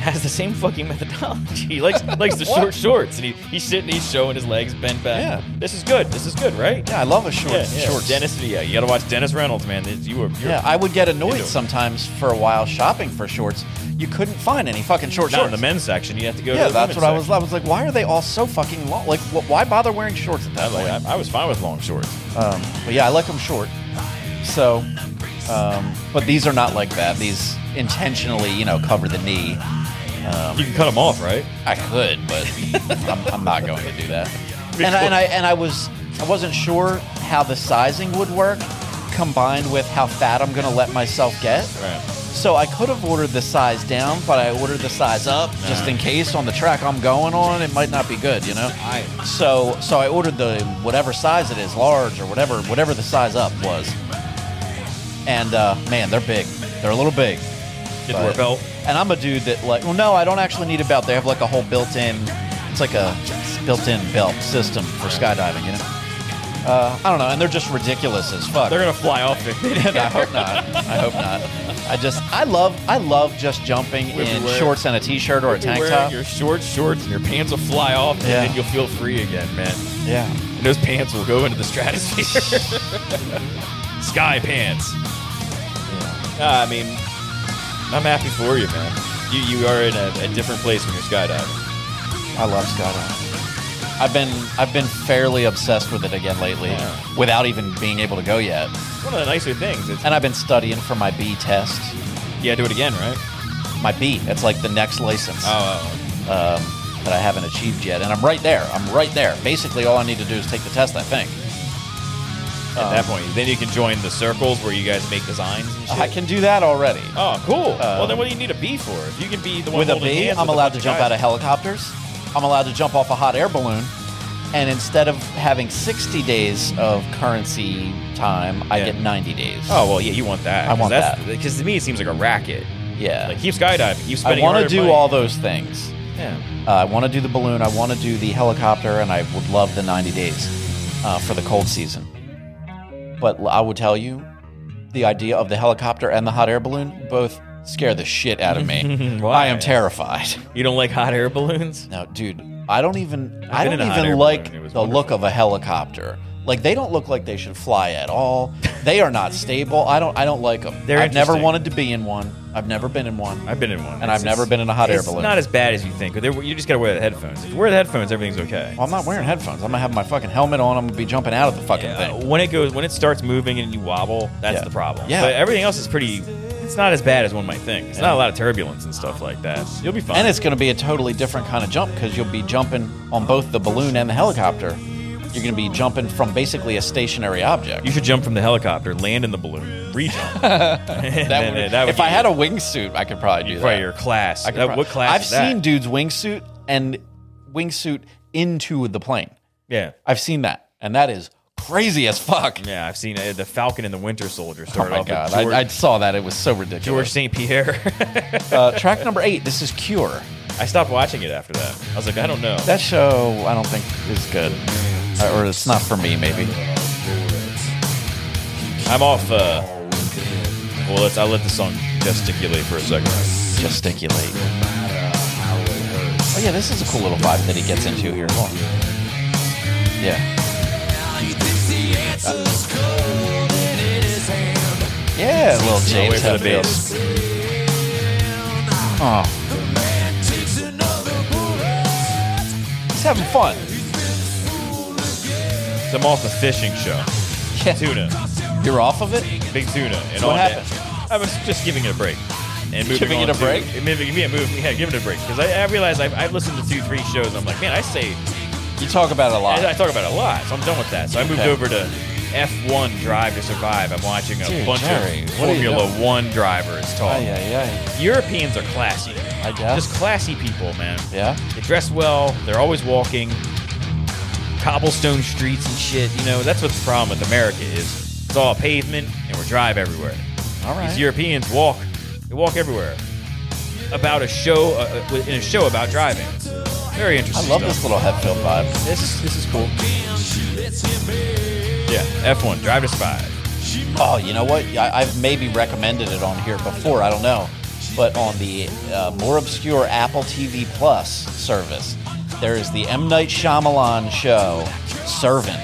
has the same fucking methodology. He likes likes the short
What?
shorts, and he, he's sitting, he's showing his legs bent back.
Yeah.
This is good. This is good, right?
Yeah, I love a short
Yeah, yeah.
shorts.
Dennis, yeah, you gotta watch Dennis Reynolds, man. This- You were, you're,
Yeah, I would get
Into
annoyed
it.
sometimes for a while shopping for shorts. You couldn't find any fucking short
not
shorts.
in the men's section. You have to go.
yeah,
to the
that's what
women's
I was.
section.
I was like, why are they all so fucking long? Like, wh- why bother wearing shorts at
I,
that point?
like, I, I was fine with long shorts.
Um, but yeah, I like them short. So, um, but these are not like that. These intentionally, you know, cover the knee. Um,
you can cut them off, right?
I could, but I'm, I'm not going to do that. And I, and I and I was I wasn't sure how the sizing would work, combined with how fat I'm going to let myself get.
Right.
So I could have ordered the size down, but I ordered the size up just in case on the track I'm going on it might not be good, you know. So so I ordered the whatever size it is, large or whatever whatever the size up was. And uh, man, they're big. They're a little big.
Did wear a
but-
belt.
And I'm a dude that like well no, I don't actually need a belt. They have like a whole built-in it's like a built-in belt system for skydiving, you know. Uh, I don't know, and they're just ridiculous as fuck.
They're gonna fly off if they did.
I hope not. I hope not. I just I love I love just jumping
We'll be
in
wearing-
shorts and a t-shirt or a tank
You're wearing
top.
Your shorts, shorts, and your pants will fly off, and
Yeah.
then you'll feel free again, man.
Yeah.
And those pants will go into the stratosphere. Sky pants. Nah, I mean, I'm happy for you, man. You you are in a, a different place when you're skydiving.
I love skydiving. I've been I've been fairly obsessed with it again lately,
Yeah.
without even being able to go yet.
It's one of the nicer things. It's,
And I've been studying for my B test.
yeah, do it again, right?
My B, that's like the next license
Oh,
um, that I haven't achieved yet, and I'm right there. I'm right there. Basically, all I need to do is take the test. I think
at that
Um,
point, then you can join the circles where you guys make designs. And shit.
I can do that already.
Oh, cool. well, then what do you need a bee for? If you can be the one
with a
holding
B,
hands
I'm
with a
allowed
bunch
to
of
jump
guys.
out of helicopters. I'm allowed to jump off a hot air balloon. And instead of having 60 days of currency time, I
Yeah.
get 90 days.
Oh well, yeah, you want that.
I want that.
because to me it seems like a racket.
yeah.
Like keep skydiving, keep
I
spending.
want
your
to do
money.
all those things.
Yeah.
Uh, I want to do the balloon. I want to do the helicopter, and I would love the 90 days uh, for the cold season. But l- I will tell you, the idea of the helicopter and the hot air balloon both scare the shit out of me.
Why?
I am terrified.
You don't like hot air balloons?
Now, dude, I don't even I
been
don't
in a hot air
even
balloon.
like the
It was
look of a helicopter. Like they don't look like they should fly at all. They are not stable. I don't I don't like them.
They're
I've never
interesting.
wanted to be in one. I've never been in one.
I've been in one,
And I've never been in a hot air
it's
balloon.
not as bad as you think. But they're- you just gotta wear the headphones. If you wear the headphones, everything's okay.
Well, I'm not wearing headphones. I'm gonna have my fucking helmet on. I'm gonna be jumping out of the fucking
Yeah,
thing.
when it goes, when it starts moving and you wobble, that's
Yeah.
the problem.
Yeah.
But everything else is pretty. It's not as bad as one might think. It's not a lot of turbulence and stuff like that. You'll be fine.
And it's gonna be a totally different kind of jump because you'll be jumping on both the balloon and the helicopter. You're gonna be jumping from basically a stationary object.
you should jump from the helicopter, land in the balloon, re-jump. that,
That would- if I had a wingsuit, I could probably do that.
probably your class.
I could
That-
prob-
what class?
I've
is that?
seen dudes wingsuit and wingsuit into the plane.
Yeah.
I've seen that, and that is crazy as fuck.
Yeah, I've seen uh, the Falcon and the Winter Soldier
Oh
start
my
off
god,
with George,
I, I saw that. It was so
George
ridiculous.
St. Pierre.
Uh, track number eight. This is Cure.
I stopped watching it after that. I was like, I don't know.
That show I don't think is good, Uh, or it's not for me. Maybe
I'm off. Uh, well, let's. I'll let the song gesticulate for a second.
gesticulate. Oh yeah, this is a cool little vibe that he gets into here. Yeah. Yeah, a little James
for the
Hetfield.
bass.
Oh. He's having fun.
So I'm off the fishing show.
Yeah.
Tuna,
You're off of it?
big tuna, and
So what
all that.
happened?
I was just giving it a break. And moving
Giving it
on
a
to-
break?
and moving, yeah, moving, yeah, giving it a break because I, I realized I've, I've listened to two, three shows. and I'm like, man, I say,
You talk about it a
I, I
lot.
talk about it a lot, so I'm done with that. So I moved
Okay.
over to F1 Drive to Survive. I'm watching a
Dude,
bunch
Jerry,
of
what are you
Formula One drivers talk.
Ay, ay,
Europeans are classy.
I guess.
Just classy people, man.
ay. Yeah?
They dress well. They're always walking. Cobblestone streets and shit. You know, that's what's the problem with America is it's all pavement and we drive everywhere.
All right.
These Europeans walk. They walk everywhere. About a show uh, uh, in a show about driving. Very
I
interesting.
love this
stuff.
little Hetfield vibe. This, this is cool.
Yeah, F1 Drive to Survive.
Oh, you know what? I, I've maybe recommended it on here before. I don't know, but on the uh, more obscure Apple TV Plus service, there is the M Night Shyamalan show, Servant.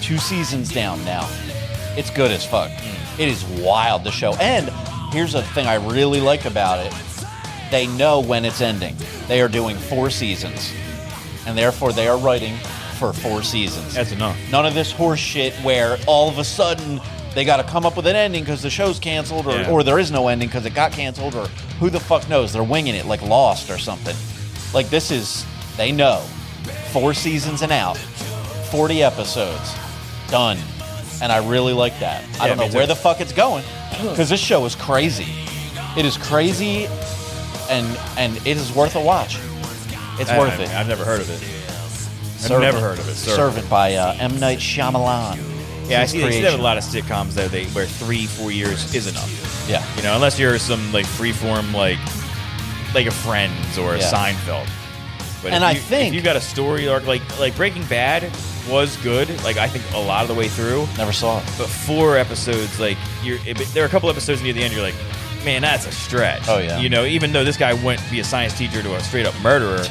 Two seasons down now. It's good as fuck. It is wild the show. And here's a thing I really like about it: they know when it's ending. They are doing four seasons, and therefore they are writing for four seasons.
That's enough.
None of this horse shit where all of a sudden they got to come up with an ending because the show's canceled or,
Yeah.
or there is no ending because it got canceled or who the fuck knows. They're winging it like Lost or something. Like this is, they know. Four seasons and out, 40 episodes, done. And I really like that. I
Yeah,
don't
me
know
too.
where the fuck it's going because this show is crazy. It is crazy and and it is worth a watch. It's
I-
worth
I-
it.
I've never heard of it.
Servant.
never heard of it. Servant.
Servant by uh, M. Night Shyamalan.
Yeah, I
His
see, they see that
creation.
with a lot of sitcoms though. They where three, four years is enough.
Yeah.
You know, unless you're some like freeform like like a Friends or a
Yeah.
Seinfeld. But
And I
if you,
think-
if you got a story arc like like Breaking Bad was good. Like I think a lot of the way through,
Never saw it.
but four episodes like you're. It, there are a couple episodes near the end. You're like, man, that's a stretch.
Oh, yeah.
You know, even though this guy went to be a science teacher to a straight up murderer,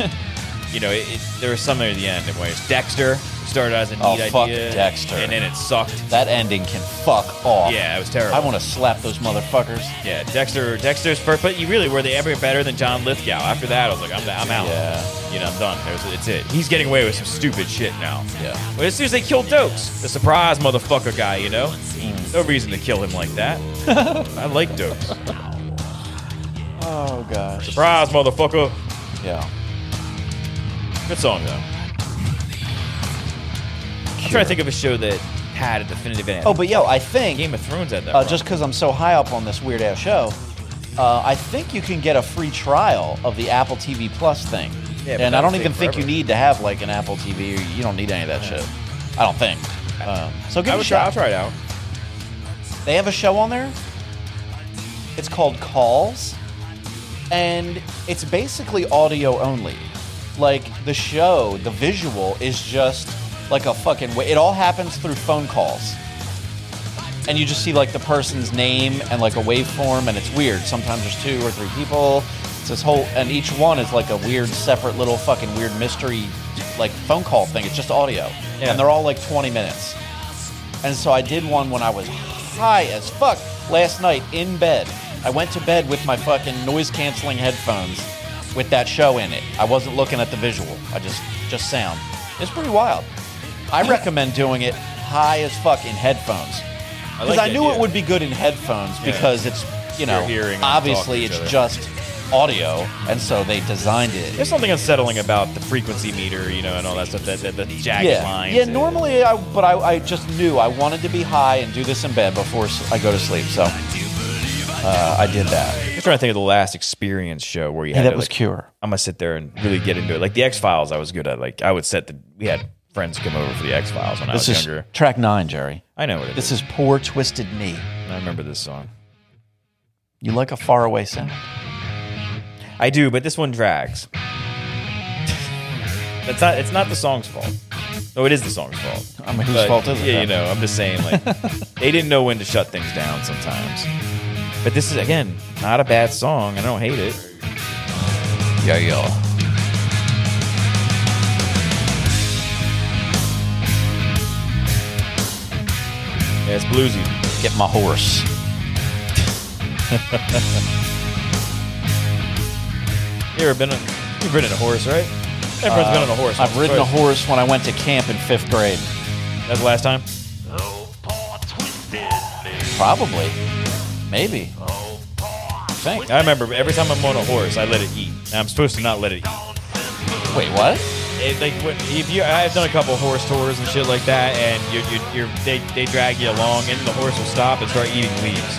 you know, it, it, there was some near the end where it's Dexter started out as a neat
Oh,
idea,
fuck Dexter.
and then it sucked.
That ending can fuck off.
Yeah, it was terrible.
I want to slap those motherfuckers.
Yeah, Dexter. Dexter's first, but you really were they ever better than John Lithgow? After that, I was like, I'm, I'm out.
Yeah.
you know, I'm done. It was, it's it. He's getting away with some stupid shit now.
Yeah.
But as soon as they killed Dokes, the surprise motherfucker guy, you know,
Hmm.
no reason to kill him like that. I like Dokes.
Oh gosh.
Surprise motherfucker.
Yeah.
Good song though. I'm trying to think of a show that had a definitive end.
Oh, but yo, I think
Game of Thrones had that.
uh,
problem.
just because I'm so high up on this weird ass show, uh, I think you can get a free trial of the Apple TV Plus thing.
Yeah, but
and I
that'll
don't even
take
think you
forever.
need to have like an Apple TV. Or you don't need any of that shit. I don't think. Um, so give it
I
a
would try, I'll
shot.
try it out.
They have a show on there. It's called Calls, and it's basically audio only. Like the show, the visual is just like a fucking. Wa- it all happens through phone calls, and you just see like the person's name and like a waveform, and it's weird. Sometimes there's two or three people. It's this whole, and each one is like a weird, separate little fucking weird mystery, like phone call thing. It's just audio,
Yeah.
and they're all like 20 minutes. And so I did one when I was high as fuck last night in bed. I went to bed with my fucking noise canceling headphones with that show in it. I wasn't looking at the visual. I just just sound. It's pretty wild. I recommend doing it high as fuck in headphones.
like
Because I,
the
knew
idea.
it would be good in headphones because it's you know
You're hearing them
obviously
talk to each
it's
other.
just audio and so they designed it.
There's something unsettling about the frequency meter, you know, and all that stuff. That, that the jagged
yeah.
lines.
Yeah,
and-
normally I, but I, I just knew I wanted to be high and do this in bed before s- I go to sleep. So uh, I did that.
I'm trying to think of the last experience show where you
Yeah,
had
that
to,
was
like,
Cure.
I'm gonna sit there and really get into it. Like the X Files, I was good at. Like I would set the. We had friends come over for the X Files when
This
I
is
was younger.
track nine, Jerry.
I know what it is.
This is Poor Twisted Knee.
I remember this song.
You like a faraway sound?
I do, but this one drags. That's not. It's not the song's fault. No, it is the song's fault.
I mean, whose
But,
fault is it?
Yeah,
then?
you know, I'm just saying, like, they didn't know when to shut things down sometimes. But this is, again, not a bad song. I don't hate it.
Yeah, yeah.
Yeah, it's bluesy.
Get my horse.
You ever been on, you've ridden a horse, right? Everyone's been on a horse.
Uh, I've
once or
ridden a
twice.
horse when I went to camp in fifth grade.
That's the last time?
Probably. Maybe. I think.
I remember every time I'm on a horse, I let it eat. And I'm supposed to not let it eat.
Wait, what?
It, like when- if you, I've done a couple horse tours and shit like that, and you, you, you're, they, they drag you along, and the horse will stop and start eating leaves,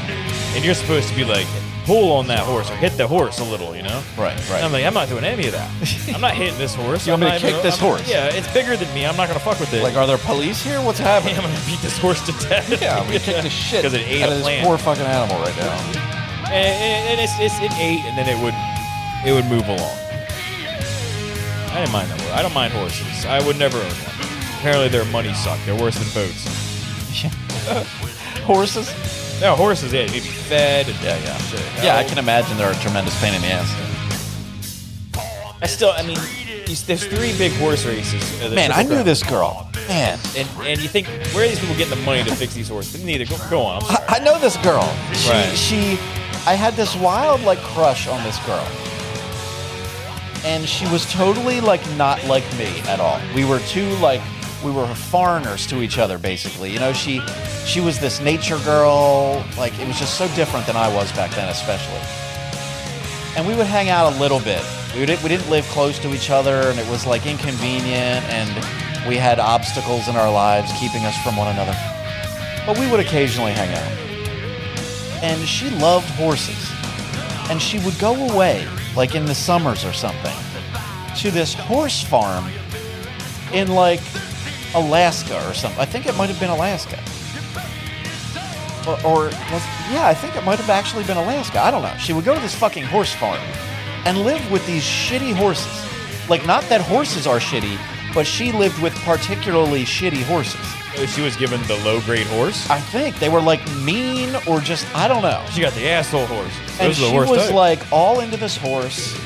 and you're supposed to be like pull on that horse or hit the horse a little, you know?
Right, right.
And I'm like, I'm not doing any of that. I'm not hitting this horse.
You want me
I'm
to
not
kick
even-
this
I'm-
horse?
Yeah, it's bigger than me. I'm not gonna fuck with it.
Like, are there police here? What's
I'm
happening?
gonna beat this horse to death.
Yeah, we kicked the shit
'Cause it ate
out
a
of this
plant.
poor fucking animal right now.
and, and, and it's, it's it ate, and then it would it would move along. I didn't mind that horse. I don't mind horses. I would never own one. Apparently, they're money suck. They're worse than boats.
Horses?
No, horses. Yeah, you need to be fed. And
Yeah, yeah. Yeah, I can imagine they're a tremendous pain in the ass.
I still. I mean, you- there's three big horse races. uh, the
Man, I
Triple
knew
Crown.
this girl. Man,
And and you think where are these people getting the money to fix these horses? Neither. Go, go on. I'm sorry.
I, I know this girl. She,
Right.
she, I had this wild like crush on this girl, and she was totally like not like me at all. We were two like we were foreigners to each other basically. You know, she, she was this nature girl. Like it was just so different than I was back then, especially. and we would hang out a little bit. We didn't, we didn't live close to each other, and it was like inconvenient, and we had obstacles in our lives keeping us from one another. But we would occasionally hang out. And she loved horses. And she would go away, like in the summers or something, to this horse farm in like Alaska or something. I think it might have been Alaska. Or, or was, yeah, I think it might have actually been Alaska. I don't know. She would go to this fucking horse farm and live with these shitty horses. Like, not that horses are shitty, but she lived with particularly shitty horses.
She was given the low grade horse.
I think they were like mean or just, I don't know.
She got the asshole horse. Those
and
are the
she
worst
was
type.
like all into this horse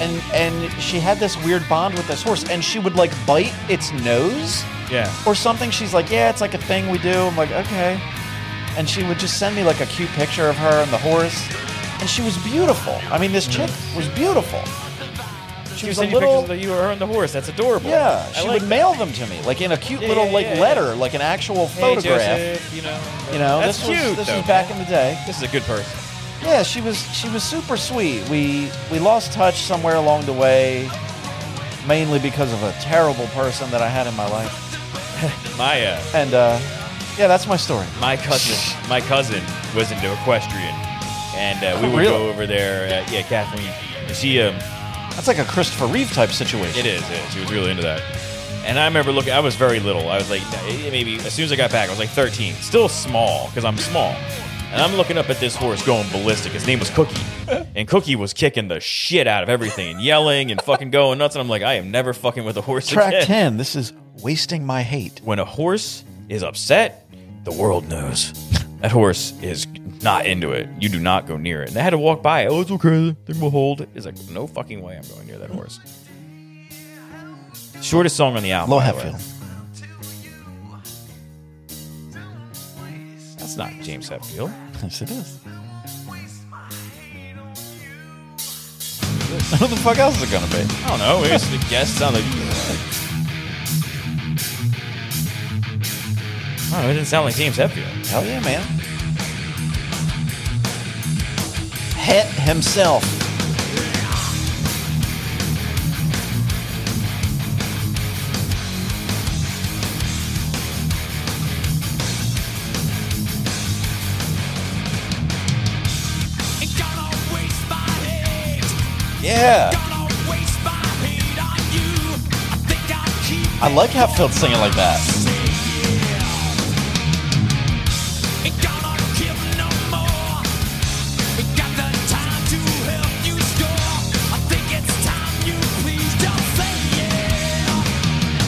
and and she had this weird bond with this horse and she would like bite its nose
yeah.
or something she's like yeah it's like a thing we do i'm like okay and she would just send me like a cute picture of her and the horse and she was beautiful i mean this chick was beautiful she,
Mm. She
was
was
a
sending you pictures
little
of the, you or her and the horse. That's adorable.
yeah
I
she
like
would
that.
mail them to me like in a cute
Yeah,
little
yeah,
like
yeah, yeah.
letter like an actual
Hey,
photograph
Joseph, you know, uh,
you know
that's
this
cute.
was this
though.
was back in the day
This is a good person.
Yeah, she was she was super sweet. We we lost touch somewhere along the way, mainly because of a terrible person that I had in my life.
My uh,
And uh, yeah, that's my story.
my cousin, my cousin was into equestrian, and uh, we would
Really?
go over there. Uh, yeah, Kathleen. She um,
That's like a Christopher Reeve type situation.
It is. It is. She was really into that. And I remember looking. I was very little. I was like eh, maybe as soon as I got back, I was like 13. Still small because I'm small. And I'm looking up at this horse going ballistic. His name was Cookie, and Cookie was kicking the shit out of everything and yelling and fucking going nuts. And I'm like, I am never fucking with a horse
Track
again.
ten. This is wasting my hate.
When a horse is upset, the world knows that horse is not into it. You do not go near it. And they had to walk by. Oh, it's okay. They will hold. It's like no fucking way. I'm going near that horse. Shortest song on the album.
Low
by the way.
Hatfield.
That's not James Hetfield.
Yes, it is. Who the fuck else is it gonna be?
I don't know. Maybe it's the guest sound like. Oh, it didn't sound like James Hetfield.
Oh, Hell yeah, man. Het himself. Yeah. I like Hatfield singing like that.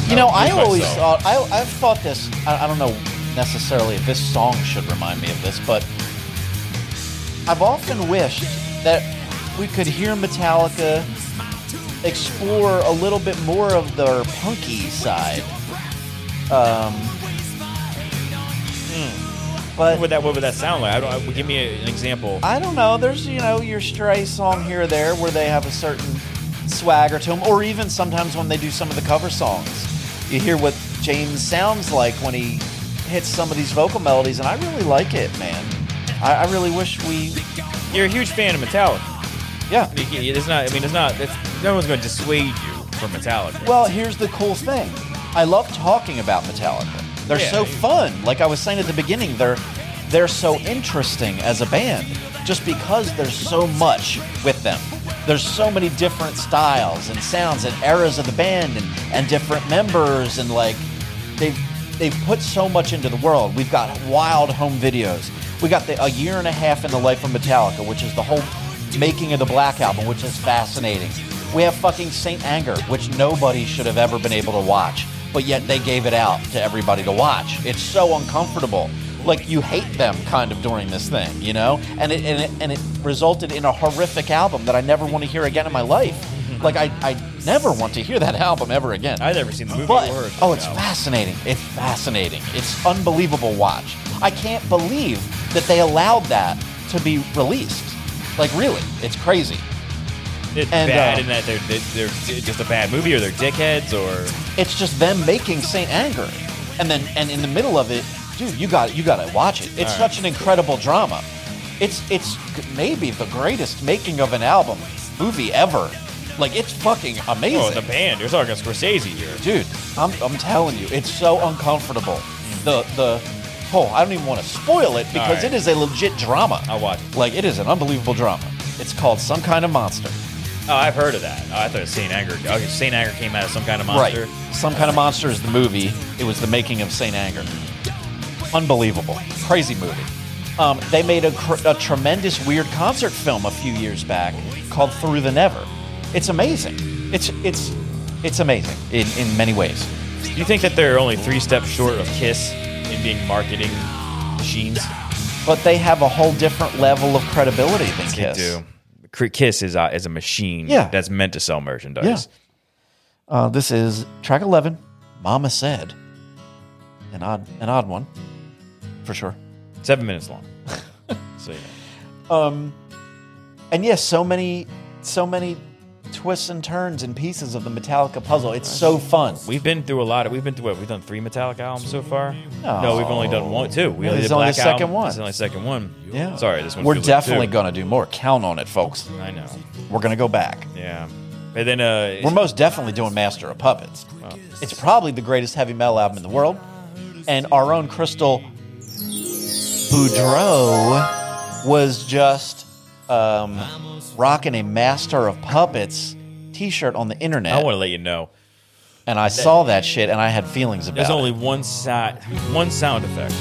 You know, I always
myself.
thought I, I've thought this. I, I don't know necessarily if this song should remind me of this, but I've often wished that we could hear Metallica explore a little bit more of their punky side. Um,
What would
hmm. but
that What would that sound like? I don't. I- give me a- an example.
I don't know. There's you know your stray song here or there where they have a certain swagger to them, or even sometimes when they do some of the cover songs, you hear what James sounds like when he hits some of these vocal melodies, and I really like it, man. I, I really wish we,
You're a huge fan of Metallica.
yeah.
You can- It's not. I mean, it's not. It's, no one's going to dissuade you from Metallica.
Well, here's the cool thing. I love talking about Metallica. They're
Yeah.
so fun. Like I was saying at the beginning, they're they're so interesting as a band just because there's so much with them. There's so many different styles and sounds and eras of the band and, and different members and like they've they've put so much into the world. We've got wild home videos. We got the, a year and a half in the life of Metallica, which is the whole making of the Black Album, which is fascinating. We have fucking Saint Anger, which nobody should have ever been able to watch, but yet they gave it out to everybody to watch. It's so uncomfortable. Like you hate them kind of during this thing, you know? And it and it, and it resulted in a horrific album that I never want to hear again in my life. Like I, I never want to hear that album ever again.
I've never seen the movie
But
or heard
oh, it's
about it.
fascinating. It's fascinating. It's unbelievable watch. I can't believe that they allowed that to be released. Like really, it's crazy.
It's
and,
bad
uh,
in that they're, they're they're just a bad movie or they're dickheads or
It's just them making Saint Anger, and then and in the middle of it, dude, you got you got to watch it. It's such an incredible drama. It's it's g- maybe the greatest making of an album movie ever. Like it's fucking amazing.
oh the band. You're talking Scorsese here.
dude I'm, I'm telling you it's so uncomfortable the the oh i don't even want to spoil it because
right.
it is a legit drama
I'll watch it.
like it is an unbelievable drama it's called some kind of monster
Oh, I've heard of that. Oh, I thought Saint Anger. Oh, Saint Anger came out of some kind of monster.
right some kind of monster is the movie it was the making of saint anger unbelievable crazy movie um, they made a, cr- a tremendous weird concert film a few years back called through the never it's amazing it's it's It's amazing in, in many ways.
Do you think that they're only three steps short of Kiss in being marketing machines?
But they have a whole different level of credibility than
They
Kiss.
do. Cr- Kiss is uh, is a machine
Yeah.
that's meant to sell merchandise.
Yeah. Uh, this is track 11, Mama Said. An odd, an odd one, for sure.
Seven minutes long. so yeah.
Um, and yes, so many, so many twists and turns and pieces of the Metallica puzzle. It's so fun.
We've been through a lot. Of, we've been through what? We've done three Metallica albums so far. No, we've only done one, two. We
Yeah,
only
this
did
is only
Black
the second
Album.
one.
This is only the second one.
Yeah.
Sorry, this one.
We're
feels like
definitely
two.
going to do more. Count on it, folks.
I know.
We're going to go back.
Yeah. And then uh,
We're most definitely doing Master of Puppets. It's probably the greatest heavy metal album in the world. And our own Crystal Boudreau was just um, rocking a Master of Puppets t shirt on the internet.
I want to let you know.
and I saw that shit and I had feelings about
There's only
it.
one side, one sound effect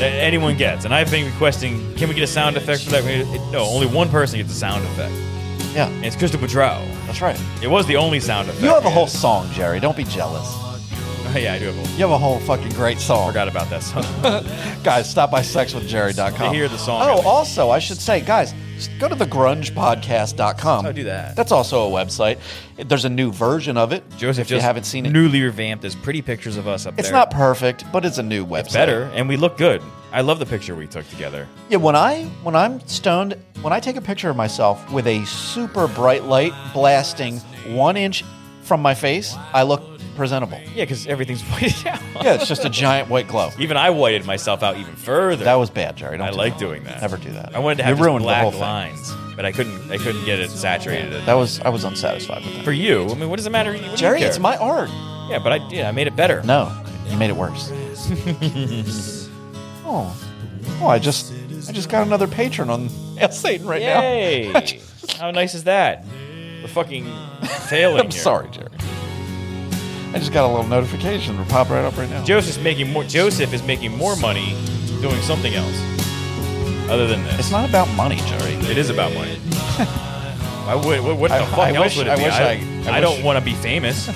that anyone gets, and I've been requesting, can we get a sound effect for that? It- no, only one person gets a sound effect,
Yeah,
and it's Crystal Pedro.
that's right.
It was the only sound effect.
You have a whole
Yes.
song, Jerry. Don't be jealous.
yeah, I do have a whole.
You have a whole fucking great song.
Forgot about that song.
guys stop by sexwithjerry.com
To hear the song.
oh also i should say guys s- go to the grungepodcast.com
Oh, do that.
that's also a website there's a new version of it
Joseph,
if you
just
haven't seen it
newly revamped. There's pretty pictures of us up
it's
there.
not perfect but it's a new website
better, and we look good. I love the picture we took together.
yeah when i when i'm stoned when i take a picture of myself with a super bright light blasting one inch from my face i look presentable
Yeah, because everything's whited out.
yeah it's just a giant white glow
Even I whited myself out even further.
that was bad jerry Don't
I
do
like
that.
doing that.
never do that
I wanted to have
you
just
ruined the whole
black
thing.
lines, but I couldn't. I couldn't get it saturated.
that was i was unsatisfied with that
for you. I mean, what does it matter? What do you
Jerry,
care?
it's my art.
Yeah, but I yeah, I made it better.
No, you made it worse. oh, oh! I just, I just got another patron on Hail Satan right
Yay! How nice is that? We're fucking failing.
now. I'm
here.
sorry, Jerry. I just got a little notification to pop right up right now.
Joseph's making more. Joseph is making more money doing something else other than this.
It's not about money, Jerry.
It is about money. I would. What, what the
I-
fuck
I
else
wish-
would
I
it be?
wish
I,
I- I
I don't
wish-
want to be famous.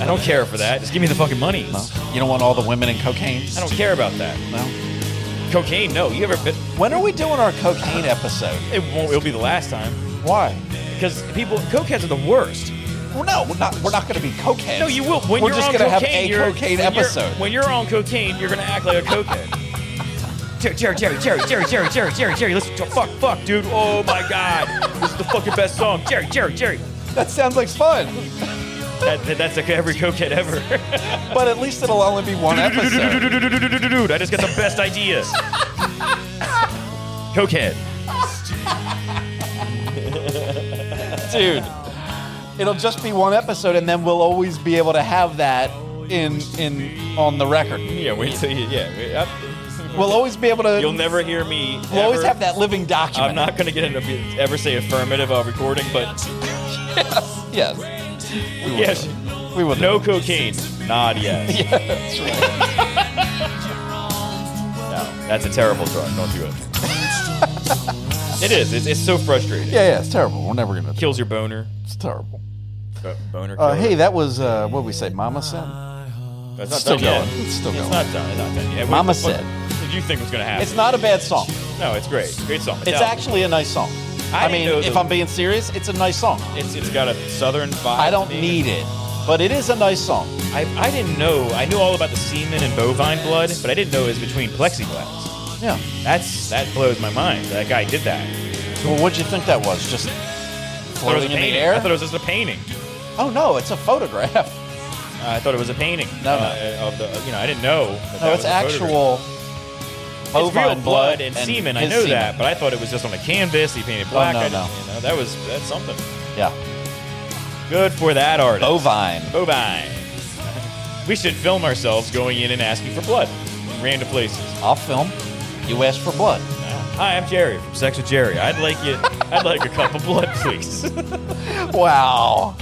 I don't care for that. Just give me the fucking money.
No. You don't want all the women in cocaine.
I don't care about that.
No.
Cocaine? No. You ever? Been,
When are we doing our cocaine episode?
it won't. It'll be the last time
Why?
because people. Cokeheads are the worst.
Well, no, we're not. We're not going to be cocaine.
No, you will. When
we're
you're
just
on
gonna
cocaine,
have
you're,
a cocaine
when you're-
episode.
when you're on cocaine, you're gonna act like a cokehead. Jerry, Jerry, Jerry, Jerry, Jerry, Jerry, Jerry, Jerry, Jerry, listen to fuck, fuck, dude. Oh my god, this is the fucking best song. Jerry, Jerry, Jerry.
that sounds like fun,
That, that- that's like every cokehead ever.
but at least it'll only be one episode.
Dude, I just got the best ideas. cokehead.
dude. It'll just be one episode, and then we'll always be able to have that in in on the record.
Yeah, wait till you. Yeah, wait, up.
We'll always be able to.
you'll never hear me.
We'll always
ever-
have that living document.
I'm not gonna get into ever say affirmative of recording, but
Yes. We will
yes,
do it. We will.
no cocaine, not yet.
do it. Yeah, that's right.
No, that's a terrible drug. Don't do it. it is. It's, it's so frustrating.
Yeah, yeah. It's terrible. We're never gonna.
Kills your boner.
It's terrible.
Bo- Boner.
Uh,
killer.
hey, that was uh, what we say, Mama said.
That's not
still
done yet.
going. It's still
It's
going.
not done. It's not done yet. Wait,
Mama
what
said.
Did you think was going to happen?
It's not a bad song.
No, it's great. Great song.
It's
out.
actually a nice song.
I
I,
didn't
mean,
know
if
the-
I'm being serious, it's a nice song.
It's, it's got a southern vibe.
I don't
to me.
need it, but it is a nice song.
I, I didn't know. I knew all about the semen and bovine blood, but I didn't know it was between plexiglass.
Yeah.
That's that blows my mind. That guy did that.
Well, what'd you think that was? Just
I thought it was a
floating in the
painting.
air?
I thought it was just a painting.
Oh no, it's a photograph.
I thought it was a painting.
No, no.
uh, of the you know I didn't know. that that
No,
was
it's
a photograph.
actual bovine
it's real blood and,
and
semen. Oh, I
his
know
semen.
that, but I thought it was just on a canvas. He painted black.
no, no.
I didn't- You know, that was that's something.
Yeah,
Good for that artist.
bovine.
Bovine. we should film ourselves going in and asking for blood in random places.
I'll film. You asked for blood.
Hi, I'm Jerry from Sex with Jerry. I'd like you. I'd like a cup of blood, please.
Wow.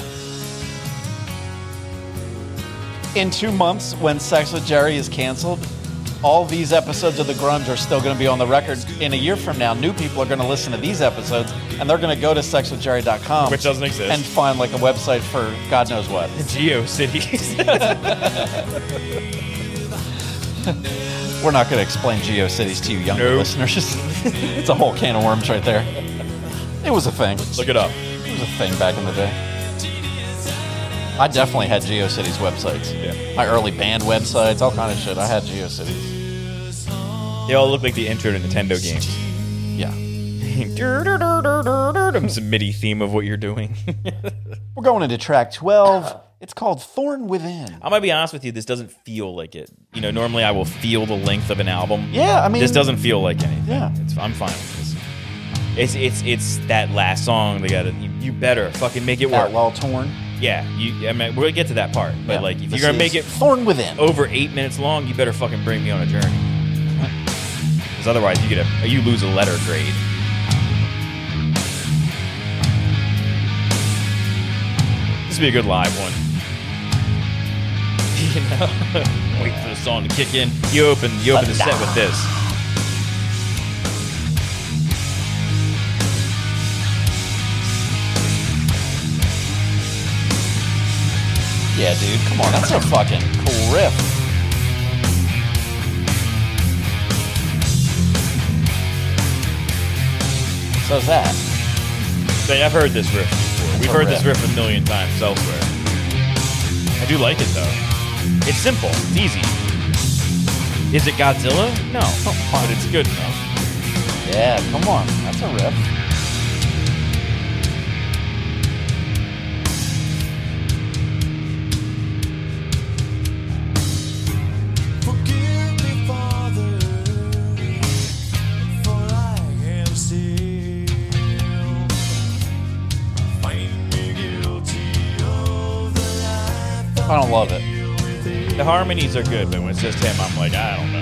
In two months, when Sex with Jerry is canceled, all these episodes of the grunge are still going to be on the record in a year from now new people are going to listen to these episodes and they're going to go to sexwithjerry.com
Which doesn't exist.
and find like a website for god knows what
Geo cities.
we're not going to explain geocities to you younger
Nope.
listeners it's a whole can of worms right there it was a thing
Look it up.
It was a thing back in the day. I definitely had GeoCities websites.
Yeah.
My early band websites, all kind of shit. I had GeoCities.
They all look like the intro to Nintendo games.
Yeah.
It's a MIDI theme of what you're doing.
We're going into track 12. It's called Thorn Within.
I'm gonna be honest with you. This doesn't feel like it. You know, normally I will feel the length of an album.
Yeah, I mean-
this doesn't feel like anything.
Yeah.
it's, I'm fine with this. It's it's it's that last song. They gotta you, you better fucking make it work.
Outlaw Torn.
Yeah, you. I mean, we'll get to that part. But
Yeah.
like, if
This
you're gonna make
is
it
Thorn Within.
over eight minutes long, you better fucking bring me on a journey. Because otherwise, you get a you lose a letter grade. This would be a good live one. You know, wait for the song to kick in. You open you open the set with this.
Yeah, dude. Come on. That's a fucking cool riff. So's that.
Say, I've heard this riff before. We've
a
heard this
riff.
riff a million times elsewhere. I do like it though. It's simple. It's easy. Is it Godzilla? No, but it's good enough.
Yeah, come on. That's a riff. I don't love it.
The harmonies are good, but when it's just him, I'm like, I don't know.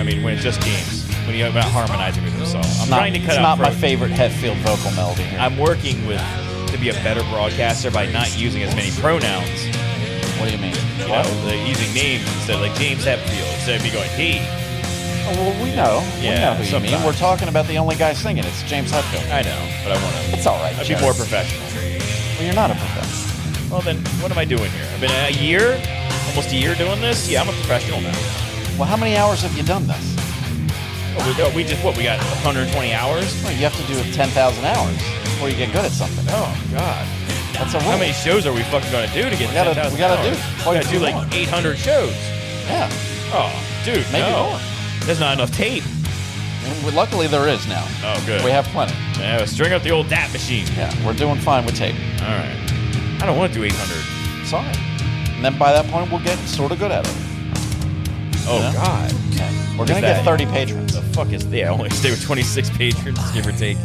I mean, when it's just James, when you're not harmonizing with himself, I'm
Not-
trying to cut
it's
out.
not my
throat.
favorite Hetfield vocal melody here.
I'm working with to be a better broadcaster by not using as many pronouns, you
what do you mean?
know, like using names instead, like James Hetfield, instead of me going he.
Oh, well, we know.
Yeah,
we know who you
sometimes.
mean. We're talking about the only guy singing. It's James Hetfield.
I know, but I want to.
It's all right,
I'd be
Jerry.
more professional.
Well, you're not a professional.
Well, then, what am I doing here? I've been a year, almost a year doing this. Yeah, I'm a professional now.
Well, how many hours have you done this?
Oh, we, oh, we just what? We got 120 hours.
Well, you have to do 10,000 hours before you get good at something.
Oh God.
That's a
How
rule.
many shows are we fucking gonna do to get
We gotta-
10,000
we gotta do
hours?
quite
We
a
gotta do
few
like
more.
800 shows.
Yeah.
Oh, dude,
Maybe
no.
more.
There's not enough tape.
Well, luckily, there is now.
Oh, good.
We have plenty.
Yeah, string up the old DAT machine.
Yeah, we're doing fine with tape.
All right. I don't want to do 800.
Sorry. And then by that point, we'll get sort of good at it.
Oh
Yeah.
God.
Okay. We're
Is
going to get
that-
30 patrons.
The fuck is yeah? I only stay with 26 patrons, give or take.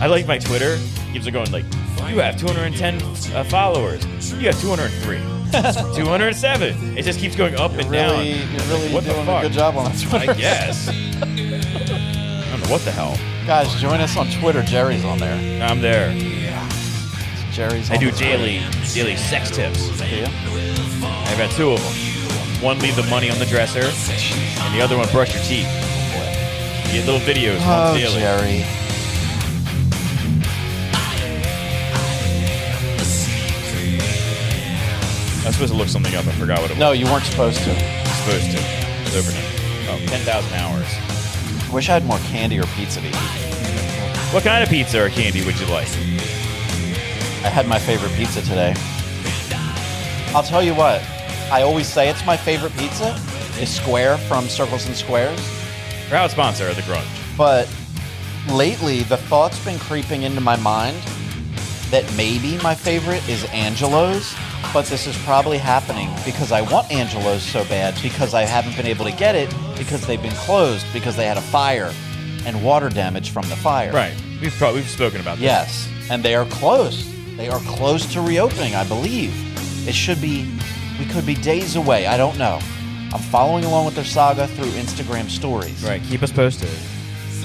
I like my Twitter. Keeps it going like you have 210 uh, followers. You have 203. 207. It just keeps going up and down.
Really, you're
It's like,
really
what the
doing a
fuck?
good job on that Twitter.
I guess. I don't know what the hell.
Guys, join us on Twitter. Jerry's on there.
I'm there.
Jerry's
I
on
do
the
daily daily sex tips.
Twitter. Do you?
I've got two of them. One leave the money on the dresser, and the other one brush your teeth. You get little videos
Oh,
once daily.
Jerry.
I'm supposed to look something up. I forgot what it was
No, you weren't supposed to.
supposed to. It's overnight. Oh, 10,000 hours.
Wish I had more candy or pizza to eat.
What kind of pizza or candy would you like?
I had my favorite pizza today. I'll tell you what. I always say it's my favorite pizza is Square from Circles and Squares,
Proud sponsor of the Grunge.
but lately the thought's been creeping into my mind that maybe my favorite is Angelo's, but this is probably happening because I want Angelo's so bad because I haven't been able to get it because they've been closed because they had a fire and water damage from the fire.
Right. We've probably we've spoken about this.
Yes, and they are closed. They are close to reopening, I believe. It should be, we could be days away. I don't know. I'm following along with their saga through Instagram stories.
Right. Keep us posted.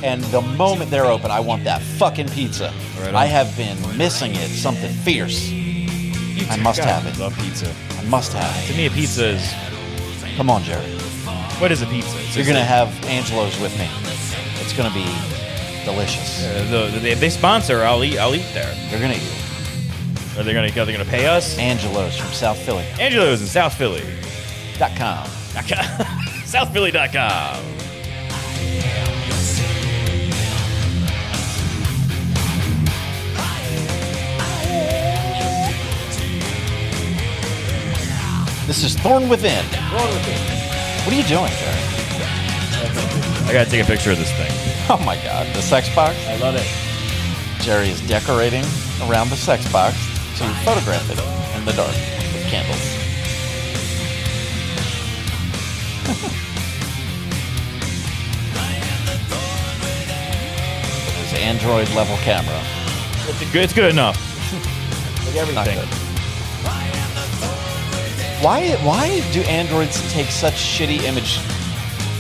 And the moment they're open, I want that fucking pizza.
Right on.
I have been missing it, something fierce.
pizza.
I must
God,
have it.
Love pizza.
I must have.
To me, a pizza is
it. Come on, Jerry.
what is a pizza? It's
You're
just
gonna
like-
have Angelo's with me. It's gonna be delicious.
Uh, the, the, if they sponsor, I'll eat. I'll eat there.
You're gonna eat
Are they gonna? Are they gonna pay us?
Angelo's from South Philly.
Angelo's in South Philly.
dot com.
SouthPhilly.com.
This is Thorn Within. What are you doing, Jerry?
I gotta take a picture of this thing.
Oh my God, the sex box.
I love it.
Jerry is decorating around the sex box to photograph it in the dark with candles. His Android level camera.
It's good, it's good enough.
Not
everything.
good. Why? Why do androids take such shitty image,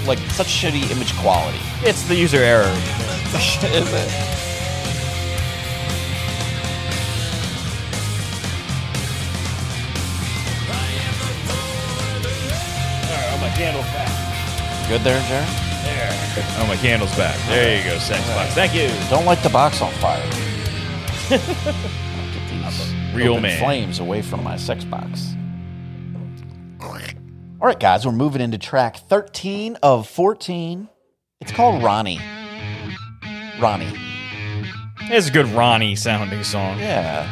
like such shitty image quality?
It's the user error.
Is it?
Oh my candle's back.
Good there, Jerry.
Oh my candle's back. There you go, sex box. Thank you.
Don't light the box on fire. Get these
Real
open
man.
flames away from my sex box. All right, guys, we're moving into track 13 of 14. It's called Ronnie. Ronnie.
It's a good Ronnie sounding song.
Yeah.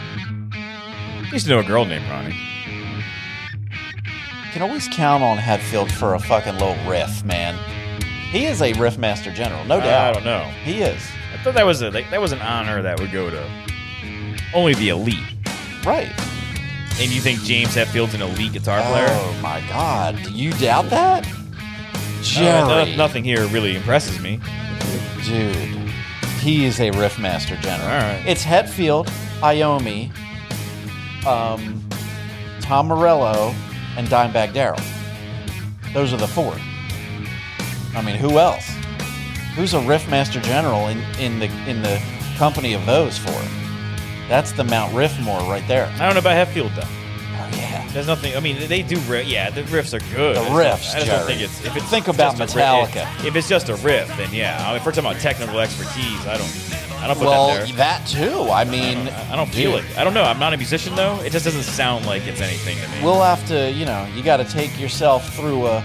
I used to know a girl named Ronnie.
Can always count on Hatfield for a fucking little riff, man. He is a riff master general, no doubt.
I don't know.
He is.
I thought that was a like, that was an honor that would go to only the elite.
Right.
And you think James Hetfield's an elite guitar player?
Oh my god. Do you doubt that? Jerry.
Uh, no- nothing here really impresses me.
Dude, he is a riff master general.
All right.
It's Hetfield, Iomi, um, Tom Morello, and Dimebag Daryl. Those are the four. I mean, who else? Who's a riff master general in, in the in the company of those four? That's the Mount Riffmore right there.
I don't know about Hetfield though.
Oh yeah.
There's nothing. I mean, they do. Ri- yeah, the riffs are good.
The
I just-
riffs,
I
Jerry.
just don't think it's. If it's
Think about
just a ri- it-
Metallica.
if it's just a riff, then yeah. I- If we're talking about technical expertise, I don't. I don't put
Well,
that there.
that too. I mean,
I don't feel
dude,
it. I don't know. I'm not a musician though. It just doesn't sound like it's anything to me.
We'll have to, you know, you got to take yourself through a,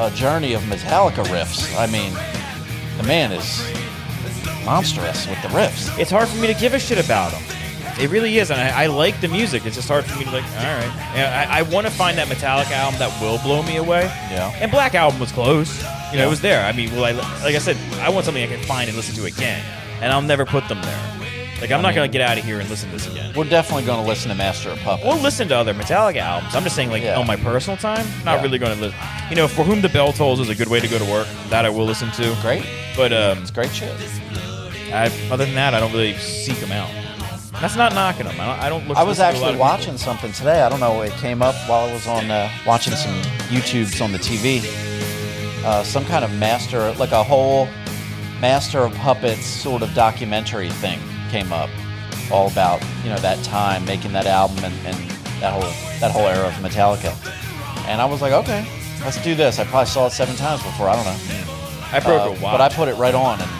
a journey of Metallica riffs. I mean, the man is monstrous with the riffs.
it's hard for me to give a shit about them. It really is, and I, I like the music. It's just hard for me to like. All right, and I, I want to find that Metallica album that will blow me away.
Yeah.
And Black album was close. You know,
Yeah.
it was there. I mean, well, I like I said, I want something I can find and listen to again, and I'll never put them there. Like I'm not gonna get out of here and listen to this again.
We're definitely going to listen to Master of Puppets.
Or listen to other Metallica albums. I'm just saying, like
Yeah.
on my personal time, not
Yeah.
really going to listen. You know, for whom the bell tolls is a good way to go to work. That I will listen to.
Great.
But um,
It's great shit.
I, other than that, I don't really seek them out. That's not knocking them. I don't, I don't look.
I was
listen to a lot
actually
of
watching something today. I don't know. It came up while I was on uh, watching some YouTubes on the TV. Uh, some kind of master, like a whole master of puppets sort of documentary thing came up, all about you know that time making that album and, and that whole that whole era of Metallica. And I was like, okay, let's do this. I probably saw it seven times before. I don't know,
people. I broke
Uh,
a watch.
but I put it right on, and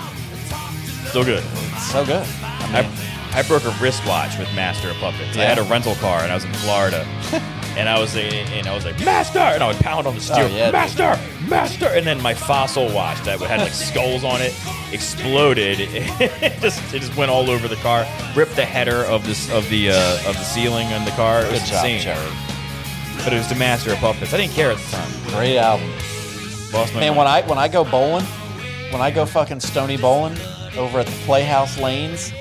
Still good.
it's so good. I
I,
mean,
I broke a wristwatch with Master of Puppets. I
Yeah.
had a rental car and I was in Florida, and I was uh, and I was like Master, and I would pound on the steer,
Oh, yeah, dude.
Master, Master, and then my fossil watch that had like skulls on it exploded. It just it just went all over the car, ripped the header of this of the uh, of the ceiling on the car. It was
good job,
insane.
Jared.
But it was the Master of Puppets. I didn't care at the time.
Great album.
Lost my
Man,
mind.
when I when I go bowling, when I go fucking stony bowling over at the Playhouse Lanes,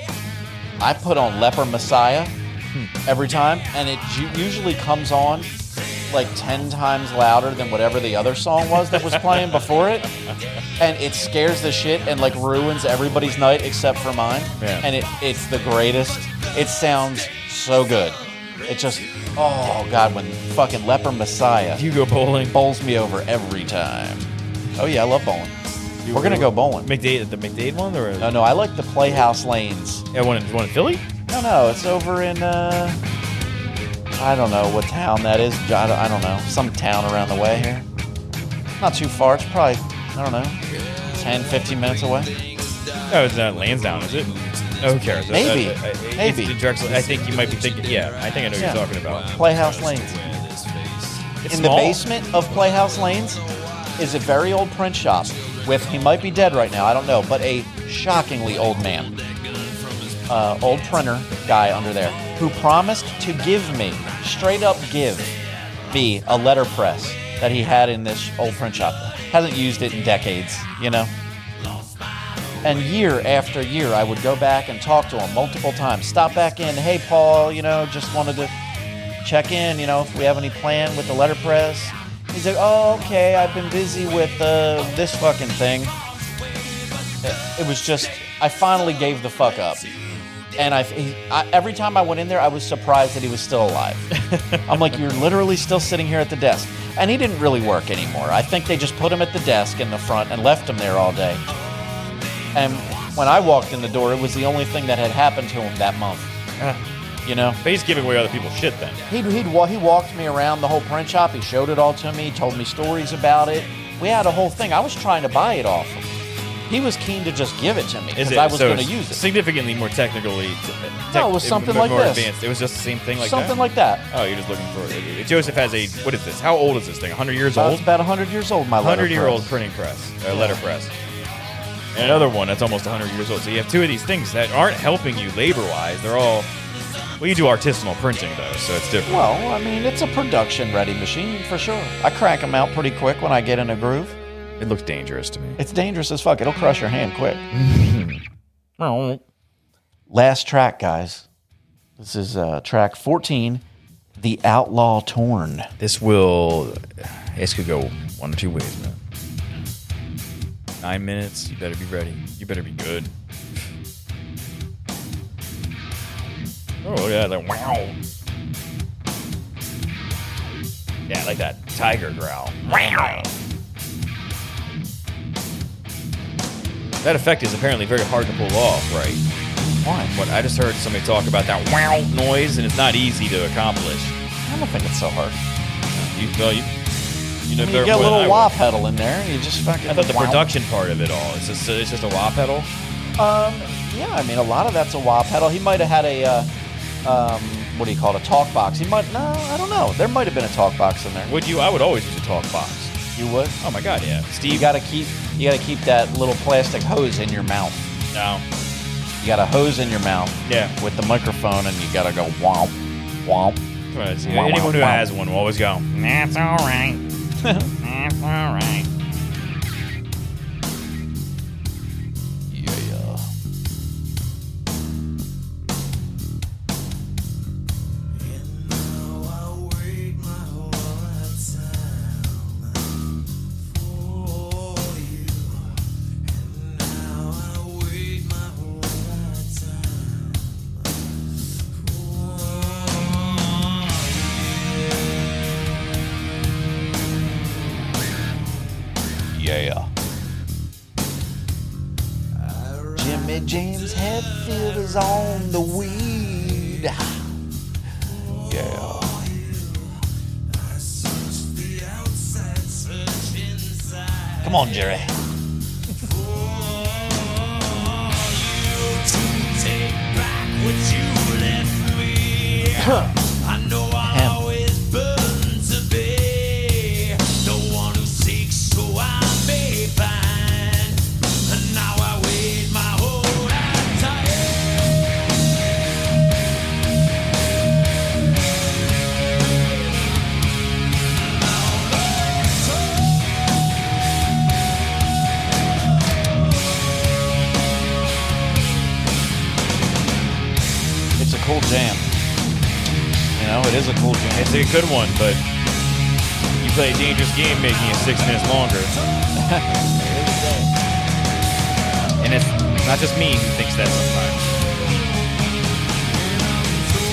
I put on Leper Messiah every time, and it ju- usually comes on like ten times louder than whatever the other song was that was playing before it, and it scares the shit and like ruins everybody's night except for mine.
Yeah.
And it it's the greatest. It sounds so good. It just oh god when fucking Leper Messiah
you go bowling.
bowls me over every time. Oh yeah, I love bowling. We're gonna go bowling. Uh,
McDade, the McDade one, or uh,
No, no, I like the Playhouse Lanes.
yeah, one, in, one in Philly?
No, no, it's over in. uh I don't know what town that is. I don't, I don't know. Some town around the way here. Not too far. It's probably, I don't know, 10, 15 minutes away.
Oh, it's not Lansdowne, is it? Oh, who cares? Uh,
Mm-hmm. Maybe.
uh, uh, it's
Maybe.
the Drexel. I think you might be thinking. Yeah, I think I know what
Yeah.
you're talking about.
Playhouse Lanes.
It's
In
small.
the basement of Playhouse Lanes is a very old print shop with, he might be dead right now, I don't know, but a shockingly old man. Uh, old printer guy under there who promised to give me, straight up give me, a letterpress that he had in this old print shop. Hasn't used it in decades, you know? And year after year, I would go back and talk to him multiple times. Stop back in. Hey, Paul, you know, just wanted to check in, you know, if we have any plan with the letterpress. He's like, oh, okay, I've been busy with uh, this fucking thing. It was just, I finally gave the fuck up. And I, he, I, every time I went in there, I was surprised that he was still alive. I'm like, you're literally still sitting here at the desk. And he didn't really work anymore. I think they just put him at the desk in the front and left him there all day. And when I walked in the door, it was the only thing that had happened to him that month. You know?
But he's giving away other people's shit then.
He'd, he'd, wa- he walked me around the whole print shop. He showed it all to me, told me stories about it. We had a whole thing. I was trying to buy it off him. He was keen to just give it to me because I was
so
going to
it's
use it.
Significantly more technically. Te-
No, it was something
more
like this.
Advanced. It was just the same thing like
Something
that?
like that.
Oh, you're just looking for it. Joseph has a what is this? How old is this thing? 100 years
So I
old?
was about 100 years old, my
100
letterpress.
year old printing press, or letter press. And another one that's almost 100 years old. So you have two of these things that aren't helping you labor wise. They're all, well, you do artisanal printing though, so it's different.
Well, I mean, it's a production ready machine for sure. I crank them out pretty quick when I get in a groove.
It looks dangerous to me.
It's dangerous as fuck. It'll crush your hand quick.
Well,
Last track, guys. This is uh, track 14 The Outlaw Torn.
This will, this could go one or two ways, man. Nine minutes, you better be ready. You better be good. Oh, yeah, like, wow. Yeah, like that tiger growl. Wow. That effect is apparently very hard to pull off, right?
Why?
But I just heard somebody talk about that wow noise, and it's not easy to accomplish.
I don't think it's so hard.
You, well, you, you know
I mean,
better
you get a
more than I
little
would.
wah pedal in there. You just fucking.
I thought the
wow.
production part of it all. It's just it's just a wah pedal.
Um, yeah, I mean, a lot of that's a wah pedal. He might have had a, uh, um, what do you call it, a talk box. He might. No, I don't know. There might have been a talk box in there.
Would you? I would always use a talk box.
You would.
Oh my god, yeah.
You
Steve,
gotta keep. You gotta keep that little plastic hose in your mouth.
no.
You got a hose in your mouth.
Yeah.
With the microphone, and you gotta go womp, womp.
Come on, see,
Wah, wah,
anyone who
wah.
has one will always go. That's all right. That's all right.
Yeah. Yeah. Jimmy James Hetfield is on the weed. Yeah. Come on, Jerry. It's a cool jam. You know, it is a cool jam.
It's a good one, but you play a dangerous game making it six minutes longer. and it's not just me who thinks that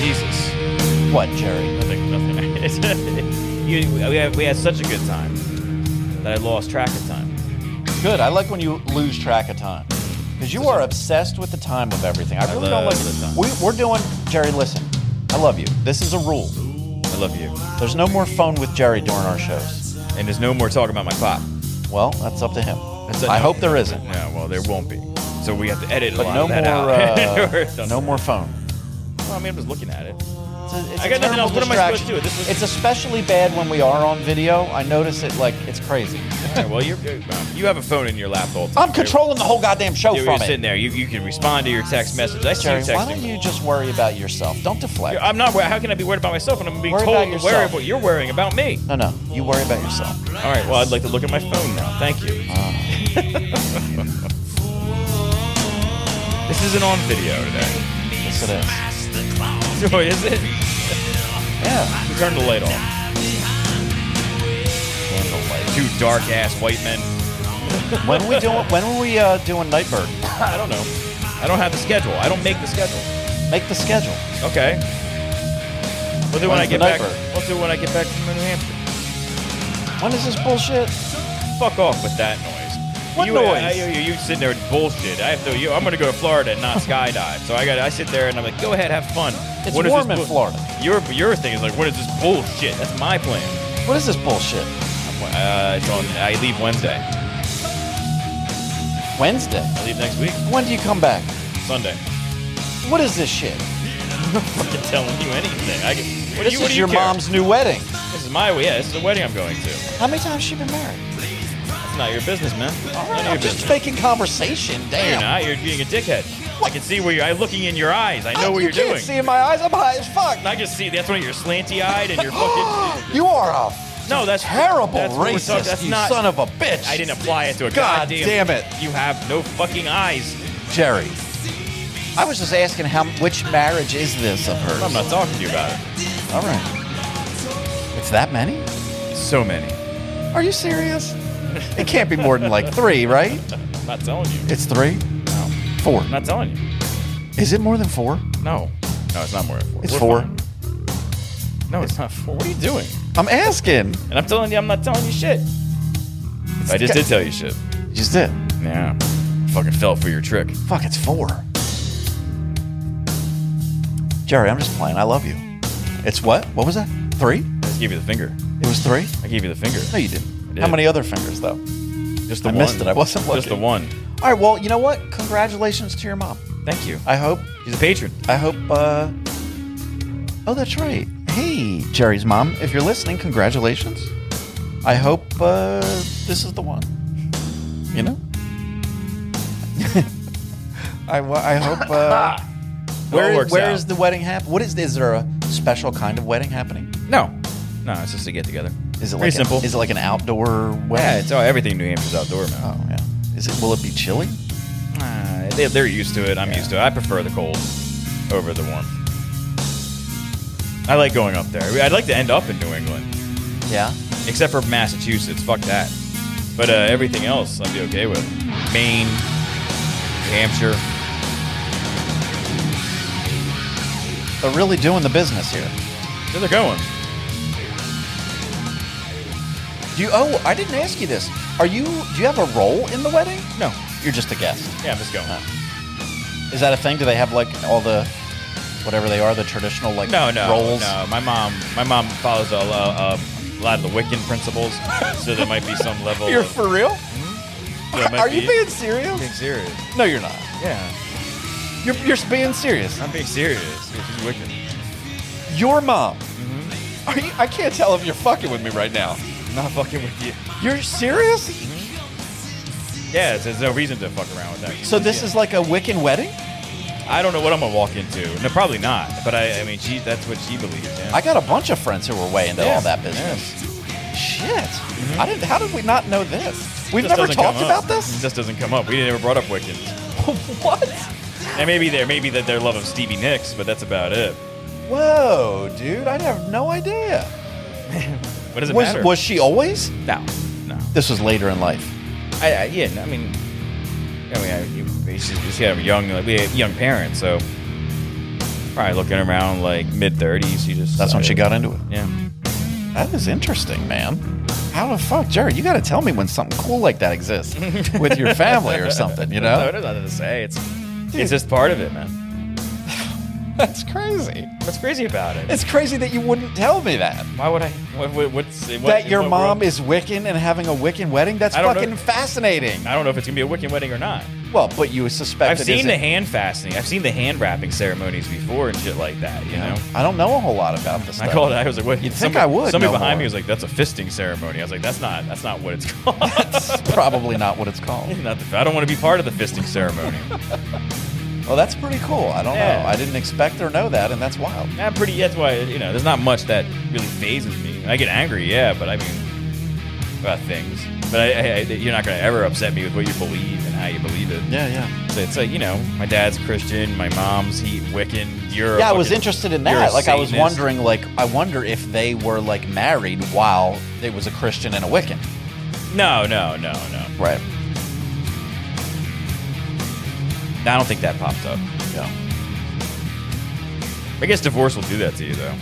sometimes. Jesus.
What, Jerry?
Nothing. Nothing. you, we, had, we had such a good time that I lost track of time.
Good. I like when you lose track of time. Because you are obsessed with the time of everything. I really don't
love
like
the time.
We, we're doing, Jerry, listen. I love you. This is a rule.
love you.
There's no more phone with Jerry during our shows.
And there's no more talk about my pop.
Well, that's up to him.
That's a
I
no.
hope there isn't.
No, well, there won't be. So we have to edit a
But
lot
no
of that
more,
out. Or
uh,
something.
no more phone.
Well, I mean, I'm just looking at it.
It's a- it's
I
a
got nothing else.
terrible
What am I supposed to
distraction.
do? This was-
It's especially bad when we are on video. I notice it like it's crazy.
All right, well, you're, you're- well, you have a phone in your lap all the time.
I'm controlling the whole goddamn show
You're, you're
from
sitting
it.
there. You, you can respond to your text message. I see
Jerry,
you texting.
why don't
me.
you just worry about yourself? Don't deflect.
I'm not. wor- How can I be worried about myself when I'm being
Worry
told
about
to worry
yourself.
about you're worrying about me?
no, no. You worry about yourself.
All right. Well, I'd like to look at my phone now. Thank you.
Ah.
this isn't on video today.
Yes, it is.
Joy, is it?
Yeah.
You turned the light off.
Candlelight.
Two dark ass white men.
when are we doing? When are we uh, doing Nightbird?
I don't know. I don't have the schedule. I don't make the schedule.
Make the schedule.
Okay. We'll do when
When's
I get
the
back.
Nightbird?
We'll do when I get back from New Hampshire.
When is this bullshit?
Fuck off with that noise.
What
you,
noise?
I, you, you sitting there with bullshit. I have to. You, I'm going to go to Florida and not skydive. So I got. I sit there and I'm like, go ahead, have fun.
It's
What is
warm
this
in Florida.
Your your thing is like, what is this bullshit? That's my plan.
What is this bullshit?
Uh, it's on. I leave Wednesday. I
Wednesday.
leave next week,
When do you come back?
Sunday.
What is this shit?
I'm not telling you anything. I can, what do
This
you,
is
what do you
your
care?
mom's new wedding.
This is my. Yeah, this is the wedding I'm going to.
How many times has she been married?
It's not your business, man.
All
None
right,
of
I'm
your
just
business.
making conversation. Damn.
You're not. You're being a dickhead. I can see where you're. I'm looking in your eyes. I know
Oh,
what
you
you're
can't
doing.
see in my eyes. I'm high as fuck.
I just see. That's when you're slanty-eyed and you're fucking.
You are a
No, that's
terrible
that's what we're
racist.
talking- That's
you
not.
son of a bitch.
I didn't apply it to a
God
goddamn.
damn it.
You have no fucking eyes.
Jerry. I was just asking how which marriage is this of hers?
I'm not talking to you about it.
All right. It's that many?
So many.
Are you serious? It can't be more than like three, right?
I'm not telling you.
It's three,
No.
four.
I'm not telling you.
Is it more than four?
No. No, it's not more than four.
It's
We're
four.
fine. No, it's not four. What are you doing?
I'm asking.
And I'm telling you, I'm not telling you shit. I just did tell you shit.
You just did.
Yeah. Fucking fell for your trick.
Fuck, it's four. Jerry, I'm just playing. I love you. It's what? What was that? Three?
I just gave you the finger.
It was three?
I gave you the finger.
No, you didn't.
did.
How many other fingers, though?
Just the
I
one.
missed it. I wasn't
Just the
looking.
one.
All right, well, you know what? Congratulations to your mom.
Thank you.
I hope.
He's a patron.
I hope. uh Oh, that's right. Hey, Jerry's mom, if you're listening, congratulations. I hope uh this is the one. You know. I, wa- I hope. Uh,
It all
where
works
where
out.
is the wedding happening? What is? Is there a special kind of wedding happening?
No, no, it's just a get together.
Is it like
Pretty
an-
simple?
Is it like an outdoor wedding?
yeah, it's all, everything New Hampshire's outdoor now.
oh yeah. Is it? Will it be chilly?
Uh, they, they're used to it. I'm used to it. I prefer the cold over the warm. I like going up there. I'd like to end up in New England,
Yeah.
except for Massachusetts. Fuck that. But uh, everything else, I'd be okay with. Maine, New Hampshire.
They're really doing the business here.
Where they're going?
Do you? Oh, I didn't ask you this. Are you? Do you have a role in the wedding?
No.
You're just a guest.
Yeah, I'm just going.
Is that a thing? Do they have like all the whatever they are, the traditional like
No, no,
roles?
no. My mom, my mom follows a, lo- a, a lot of the Wiccan principles, so there might be some level.
You're
of,
for real?
there might
Are you
be-
being serious?
being serious?
No, you're not.
Yeah,
You're, you're being serious.
I'm being serious. This is wicked.
Your mom. Are you, I can't tell if you're fucking with me right now.
Mm-hmm. I'm not fucking with you.
You're serious?
Yeah, it's- there's no reason to fuck around with that.
So this is like a Wiccan wedding?
I don't know what I'm gonna walk into. No, probably not. But I, I mean, she, that's what she believes. Yeah.
I got a bunch of friends who were way into
Yeah,
all that business. Shit. I didn't. How did we not know this? We've
It just
never
doesn't come
talked
up.
about this.
It just doesn't come up. We never brought up Wiccans.
what?
And maybe there, maybe that their love of Stevie Nicks, but that's about it.
Whoa, dude! I have no idea.
What does it
Was
matter?
was she always?
no, no.
This was later in life.
I, I yeah, no, I mean, I mean, I, you, you should- you should have young, like, we have young parents, so probably looking around like mid thirties. You just
That's when she
decided-
got into it.
Yeah,
That is interesting, man. How the fuck, Jared? You got to tell me when something cool like that exists with your family or something. You
no,
know?
there's nothing to say. It's it's just part of it, man.
That's crazy.
What's crazy about it?
It's crazy that you wouldn't tell me that.
Why would I? What, what, what's what,
that
in
your
what
mom
world-
is Wiccan and having a Wiccan wedding? That's
I don't
fucking
know.
fascinating.
I don't know if it's gonna be a Wiccan wedding or not.
Well, but you suspect
I've
it
seen
isn't.
the hand fastening. I've seen the hand wrapping ceremonies before and shit like that. You know.
I don't know a whole lot about this.
I
stuff.
called. I was like, "What?"
You'd think
somebody,
I would
Somebody
know
behind
more.
me was like, "That's a fisting ceremony." I was like, "That's not. That's not what it's called." not
It's probably not what it's called.
the, I don't want to be part of the fisting ceremony.
Well, Oh, that's pretty cool. I don't
Yeah.
know. I didn't expect or know that, and that's wild.
Not pretty. That's why you know. There's not much that really phases me. I get angry, yeah, but I mean about things. But I, I, I, you're not gonna ever upset me with what you believe and how you believe it.
Yeah, yeah.
So it's like you know, my dad's Christian, my mom's he Wiccan. You're a
Yeah, I was
fucking-
interested in
you're a
that. Like, I was
Satanist.
wondering, like, I wonder if they were, like, married while it was a Christian and a Wiccan.
No, no, no, no.
Right.
I don't think that popped up.
Yeah.
I guess divorce will do that to you though.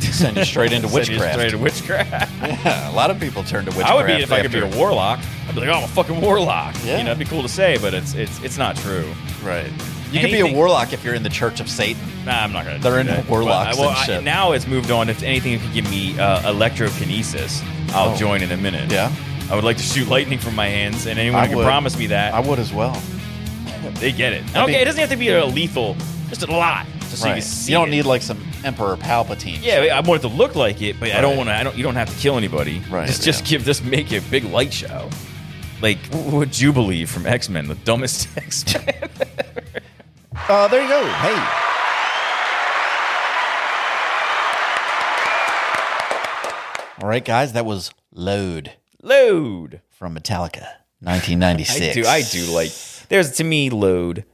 Send you straight into
Send you
witchcraft.
Straight to witchcraft.
Yeah, a lot of people turn to witchcraft.
I would be if I could be
after-
a warlock. I'd be like, oh, I'm a fucking warlock.
Yeah.
You know, it'd be cool to say, but it's it's it's not true.
Right. You could be a
Anything-
warlock if you're in the Church of Satan.
Nah, I'm not gonna.
They're
do
into
that.
warlocks
Well, I- well,
and
I-
shit.
now it's moved on. If anything can give me uh, electrokinesis, I'll
Oh.
join in a minute.
Yeah.
I would like to shoot lightning from my hands, and anyone
I
who can
would.
promise me that,
I would as well.
they get it.
I'd
Okay,
be-
it doesn't have to be a lethal, just a lot, just so you
right.
can see.
You don't
it.
need like some Emperor Palpatine.
Yeah, I want it to look like it, but I
Right.
don't want to. I don't. You don't have to kill anybody.
Right,
Just, just
yeah.
give this. Make it a big light show. Like what Jubilee from X Men, the dumbest X Men.
Uh, there you go. Hey. All right, guys, that was Load
Load.
from Metallica,
I
1996.
do. I do like. There's to me, load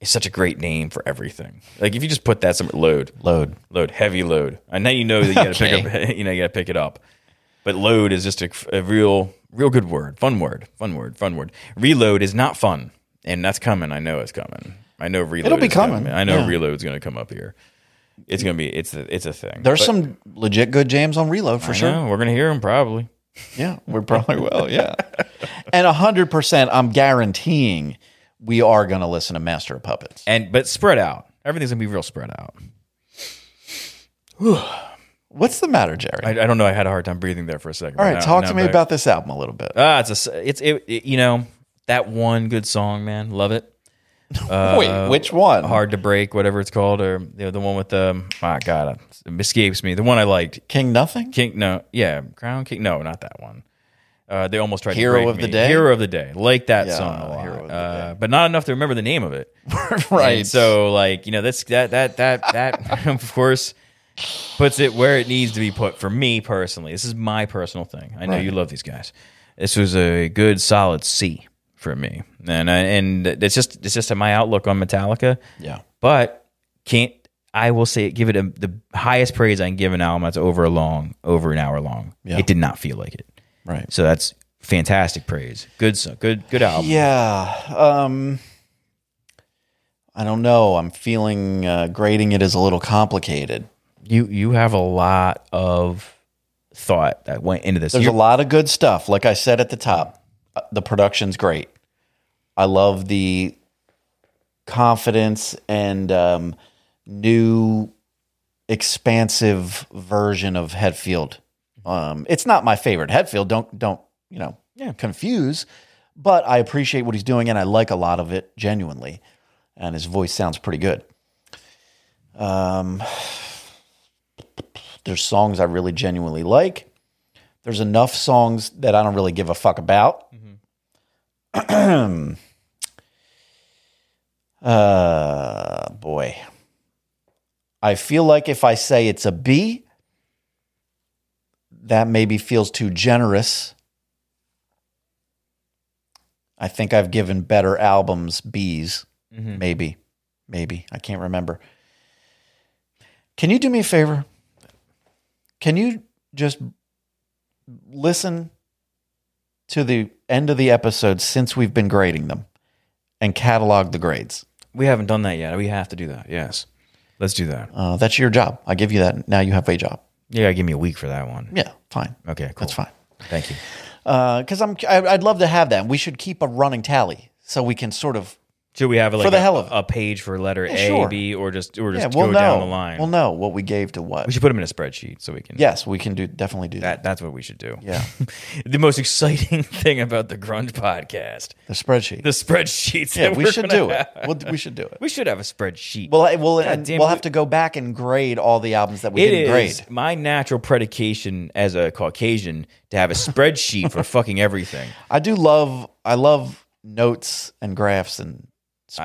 is such a great name for everything. Like if you just put that somewhere, load,
Load.
load, heavy load, and now you know that you got to pick
Okay.
up. You know, you got to pick it up. But load is just a, a real, real good word. Fun word. Fun word. Fun word. Reload is not fun, and that's coming. I know it's coming. I know reload.
It'll be
is coming.
coming,
I know
yeah.
reload's going to come up here. It's going to be. It's a, it's a thing.
There's
But-
some legit good jams on Reload for
I
sure.
know, we're going to hear them probably.
Yeah, we probably will. Yeah. and 100%, I'm guaranteeing we are going to listen to Master of Puppets.
And but spread out. Everything's going to be real spread out.
What's the matter, Jerry?
I, I don't know. I had a hard time breathing there for a second.
All
but
right,
now-
talk
now
to me
back.
about this album a little bit.
Ah, it's a s- it's it, it- you know that one good song, man. Love it.
Wait, which one?
Uh, Hard to break, whatever it's called, or you know, the one with the um, my God, it escapes me. The one I liked,
King Nothing?
King. No, yeah, Crown King. No, not that one. Uh, they almost tried
Hero
to break
of the
me.
Day?
Hero of the day, like that
Yeah,
song a lot,
Hero of the
uh, but not enough to remember the name of it.
right.
And so like you know that's that that that that of course puts it where it needs to be put for me personally. This is my personal thing. I know you love these guys. This was a good solid C for me, and I, and it's just it's just my outlook on Metallica.
Yeah.
but can't. I will say, it, give it a, the highest praise I can give an album that's over a long, over an hour long.
Yeah.
It did not feel like it,
right.
so that's fantastic praise. Good, so- good, good album.
Yeah. Um I don't know. I'm feeling uh, grading it is a little complicated.
you you have a lot of thought that went into this.
There's
You-
a lot of good stuff. Like I said at the top, uh, the production's great. I love the confidence and um, new, expansive version of Headfield. Um, it's not my favorite Headfield. Don't don't you know
Yeah.
confuse. But I appreciate what he's doing, and I like a lot of it genuinely. And his voice sounds pretty good. Um, there's songs I really genuinely like there's enough songs that I don't really give a fuck about. uh, boy. I feel like if I say it's a B, that maybe feels too generous. I think I've given better albums B's. Maybe. Maybe. I can't remember. Can you do me a favor? Can you just listen to the end of the episode since we've been grading them and catalog the grades.
We haven't done that yet. We have to do that. Yes. Let's do that.
Uh, that's your job. I give you that. Now you have a job.
You gotta give me a week for that one.
Yeah, fine.
Okay, cool.
That's fine. Uh,
Thank you.
Because I'm, I, I'd love to have that. We should keep a running tally so we can sort of
Should we have like
For the
a,
hell of it.
a page for letter A, B,
sure.
or just or just
yeah, we'll
go
know.
down the line?
We'll know what we gave to what.
We should put them in a spreadsheet so we can.
yes, we can do definitely do that.
that, that's what we should do.
Yeah,
the most exciting thing about the Grunge podcast,
the spreadsheet.
the spreadsheets.
yeah,
that
we
we're
should
gonna
do it.
have.
We'll, we should do it.
We should have a spreadsheet.
Well, I, well, and
damn,
we'll
we-
have to go back and grade all the albums that we
It
didn't
is
grade.
my natural predication as a Caucasian to have a spreadsheet for fucking everything.
I do love I love notes and graphs and
I-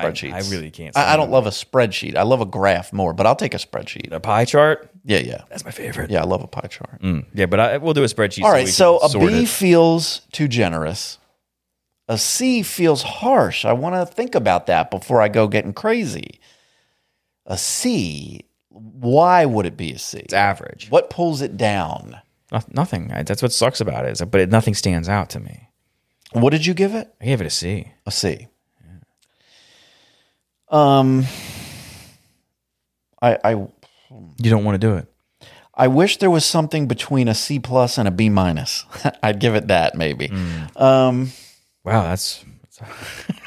spreadsheets.
I really can't
I, I
stand
don't
them.
love a spreadsheet. I love a graph more, but I'll take a spreadsheet.
A pie chart.
Yeah, yeah,
That's my favorite.
yeah. I love a pie chart.
Mm, yeah, but I, we'll do a spreadsheet.
All right,
we
so
can
a
sort
B
it.
feels too generous. A C feels harsh. I want to think about that before I go getting crazy. A C, why would it be a C?
It's average.
What pulls it down?
No- nothing. I- that's what sucks about it. Is, but it, nothing stands out to me.
What did you give it?
I gave it a C.
A C. Um, I I
You don't want to do it.
I wish there was something between a C plus and a B minus. I'd give it that maybe. Um,
Wow, that's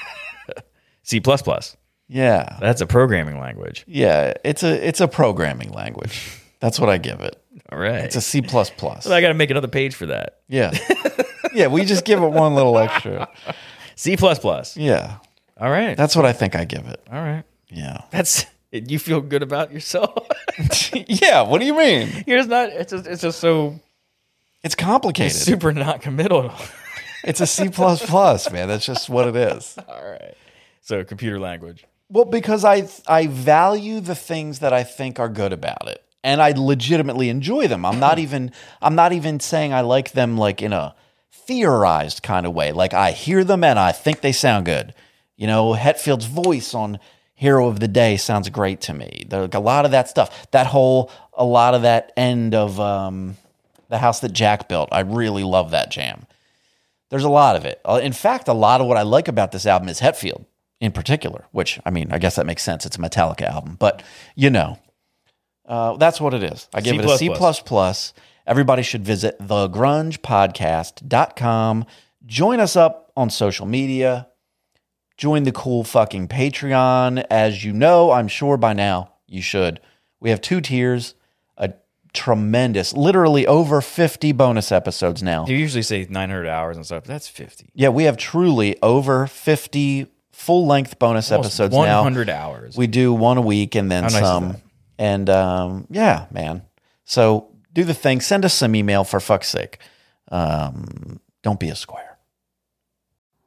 C plus plus.
yeah,
That's a programming language.
yeah. It's a it's a programming language. That's what I give it.
All right.
It's a C plus plus.
So I got to make another page for that.
Yeah, yeah. We just give it one little extra.
C plus plus.
Yeah,
All right.
that's what I think I give it.
All right.
Yeah,
That's you feel good about yourself.
yeah. What do you mean?
You're just not. It's just, it's just so
It's complicated. It's,
super not committal.
a C plus plus, man. That's just what it is.
So computer language.
Well, because I I value the things that I think are good about it, and I legitimately enjoy them. I'm not even I'm not even saying I like them like in a theorized kind of way. Like I hear them and I think they sound good. You know, Hetfield's voice on Hero of the Day sounds great to me. There- Like a lot of that stuff, that whole a lot of that end of um, the house that Jack built. I really love that jam. There's a lot of it. Uh, In fact, a lot of what I like about this album is Hetfield in particular, which I mean, I guess that makes sense. It's a Metallica album, but you know, uh, that's what it is. I give it a C plus plus. Everybody should visit thegrungepodcast.com. Join us up on social media. Join the cool fucking Patreon. As you know, I'm sure by now you should. We have two tiers, a tremendous, literally over 50 bonus episodes now.
You usually say 900 hours and stuff. But that's 50.
Yeah, we have truly over 50 full length bonus
Almost
episodes
100
now.
hours.
We do one a week and then
How nice is
some.
that?
And um, yeah, man. So do the thing. Send us some email for fuck's sake. Um, don't be a square.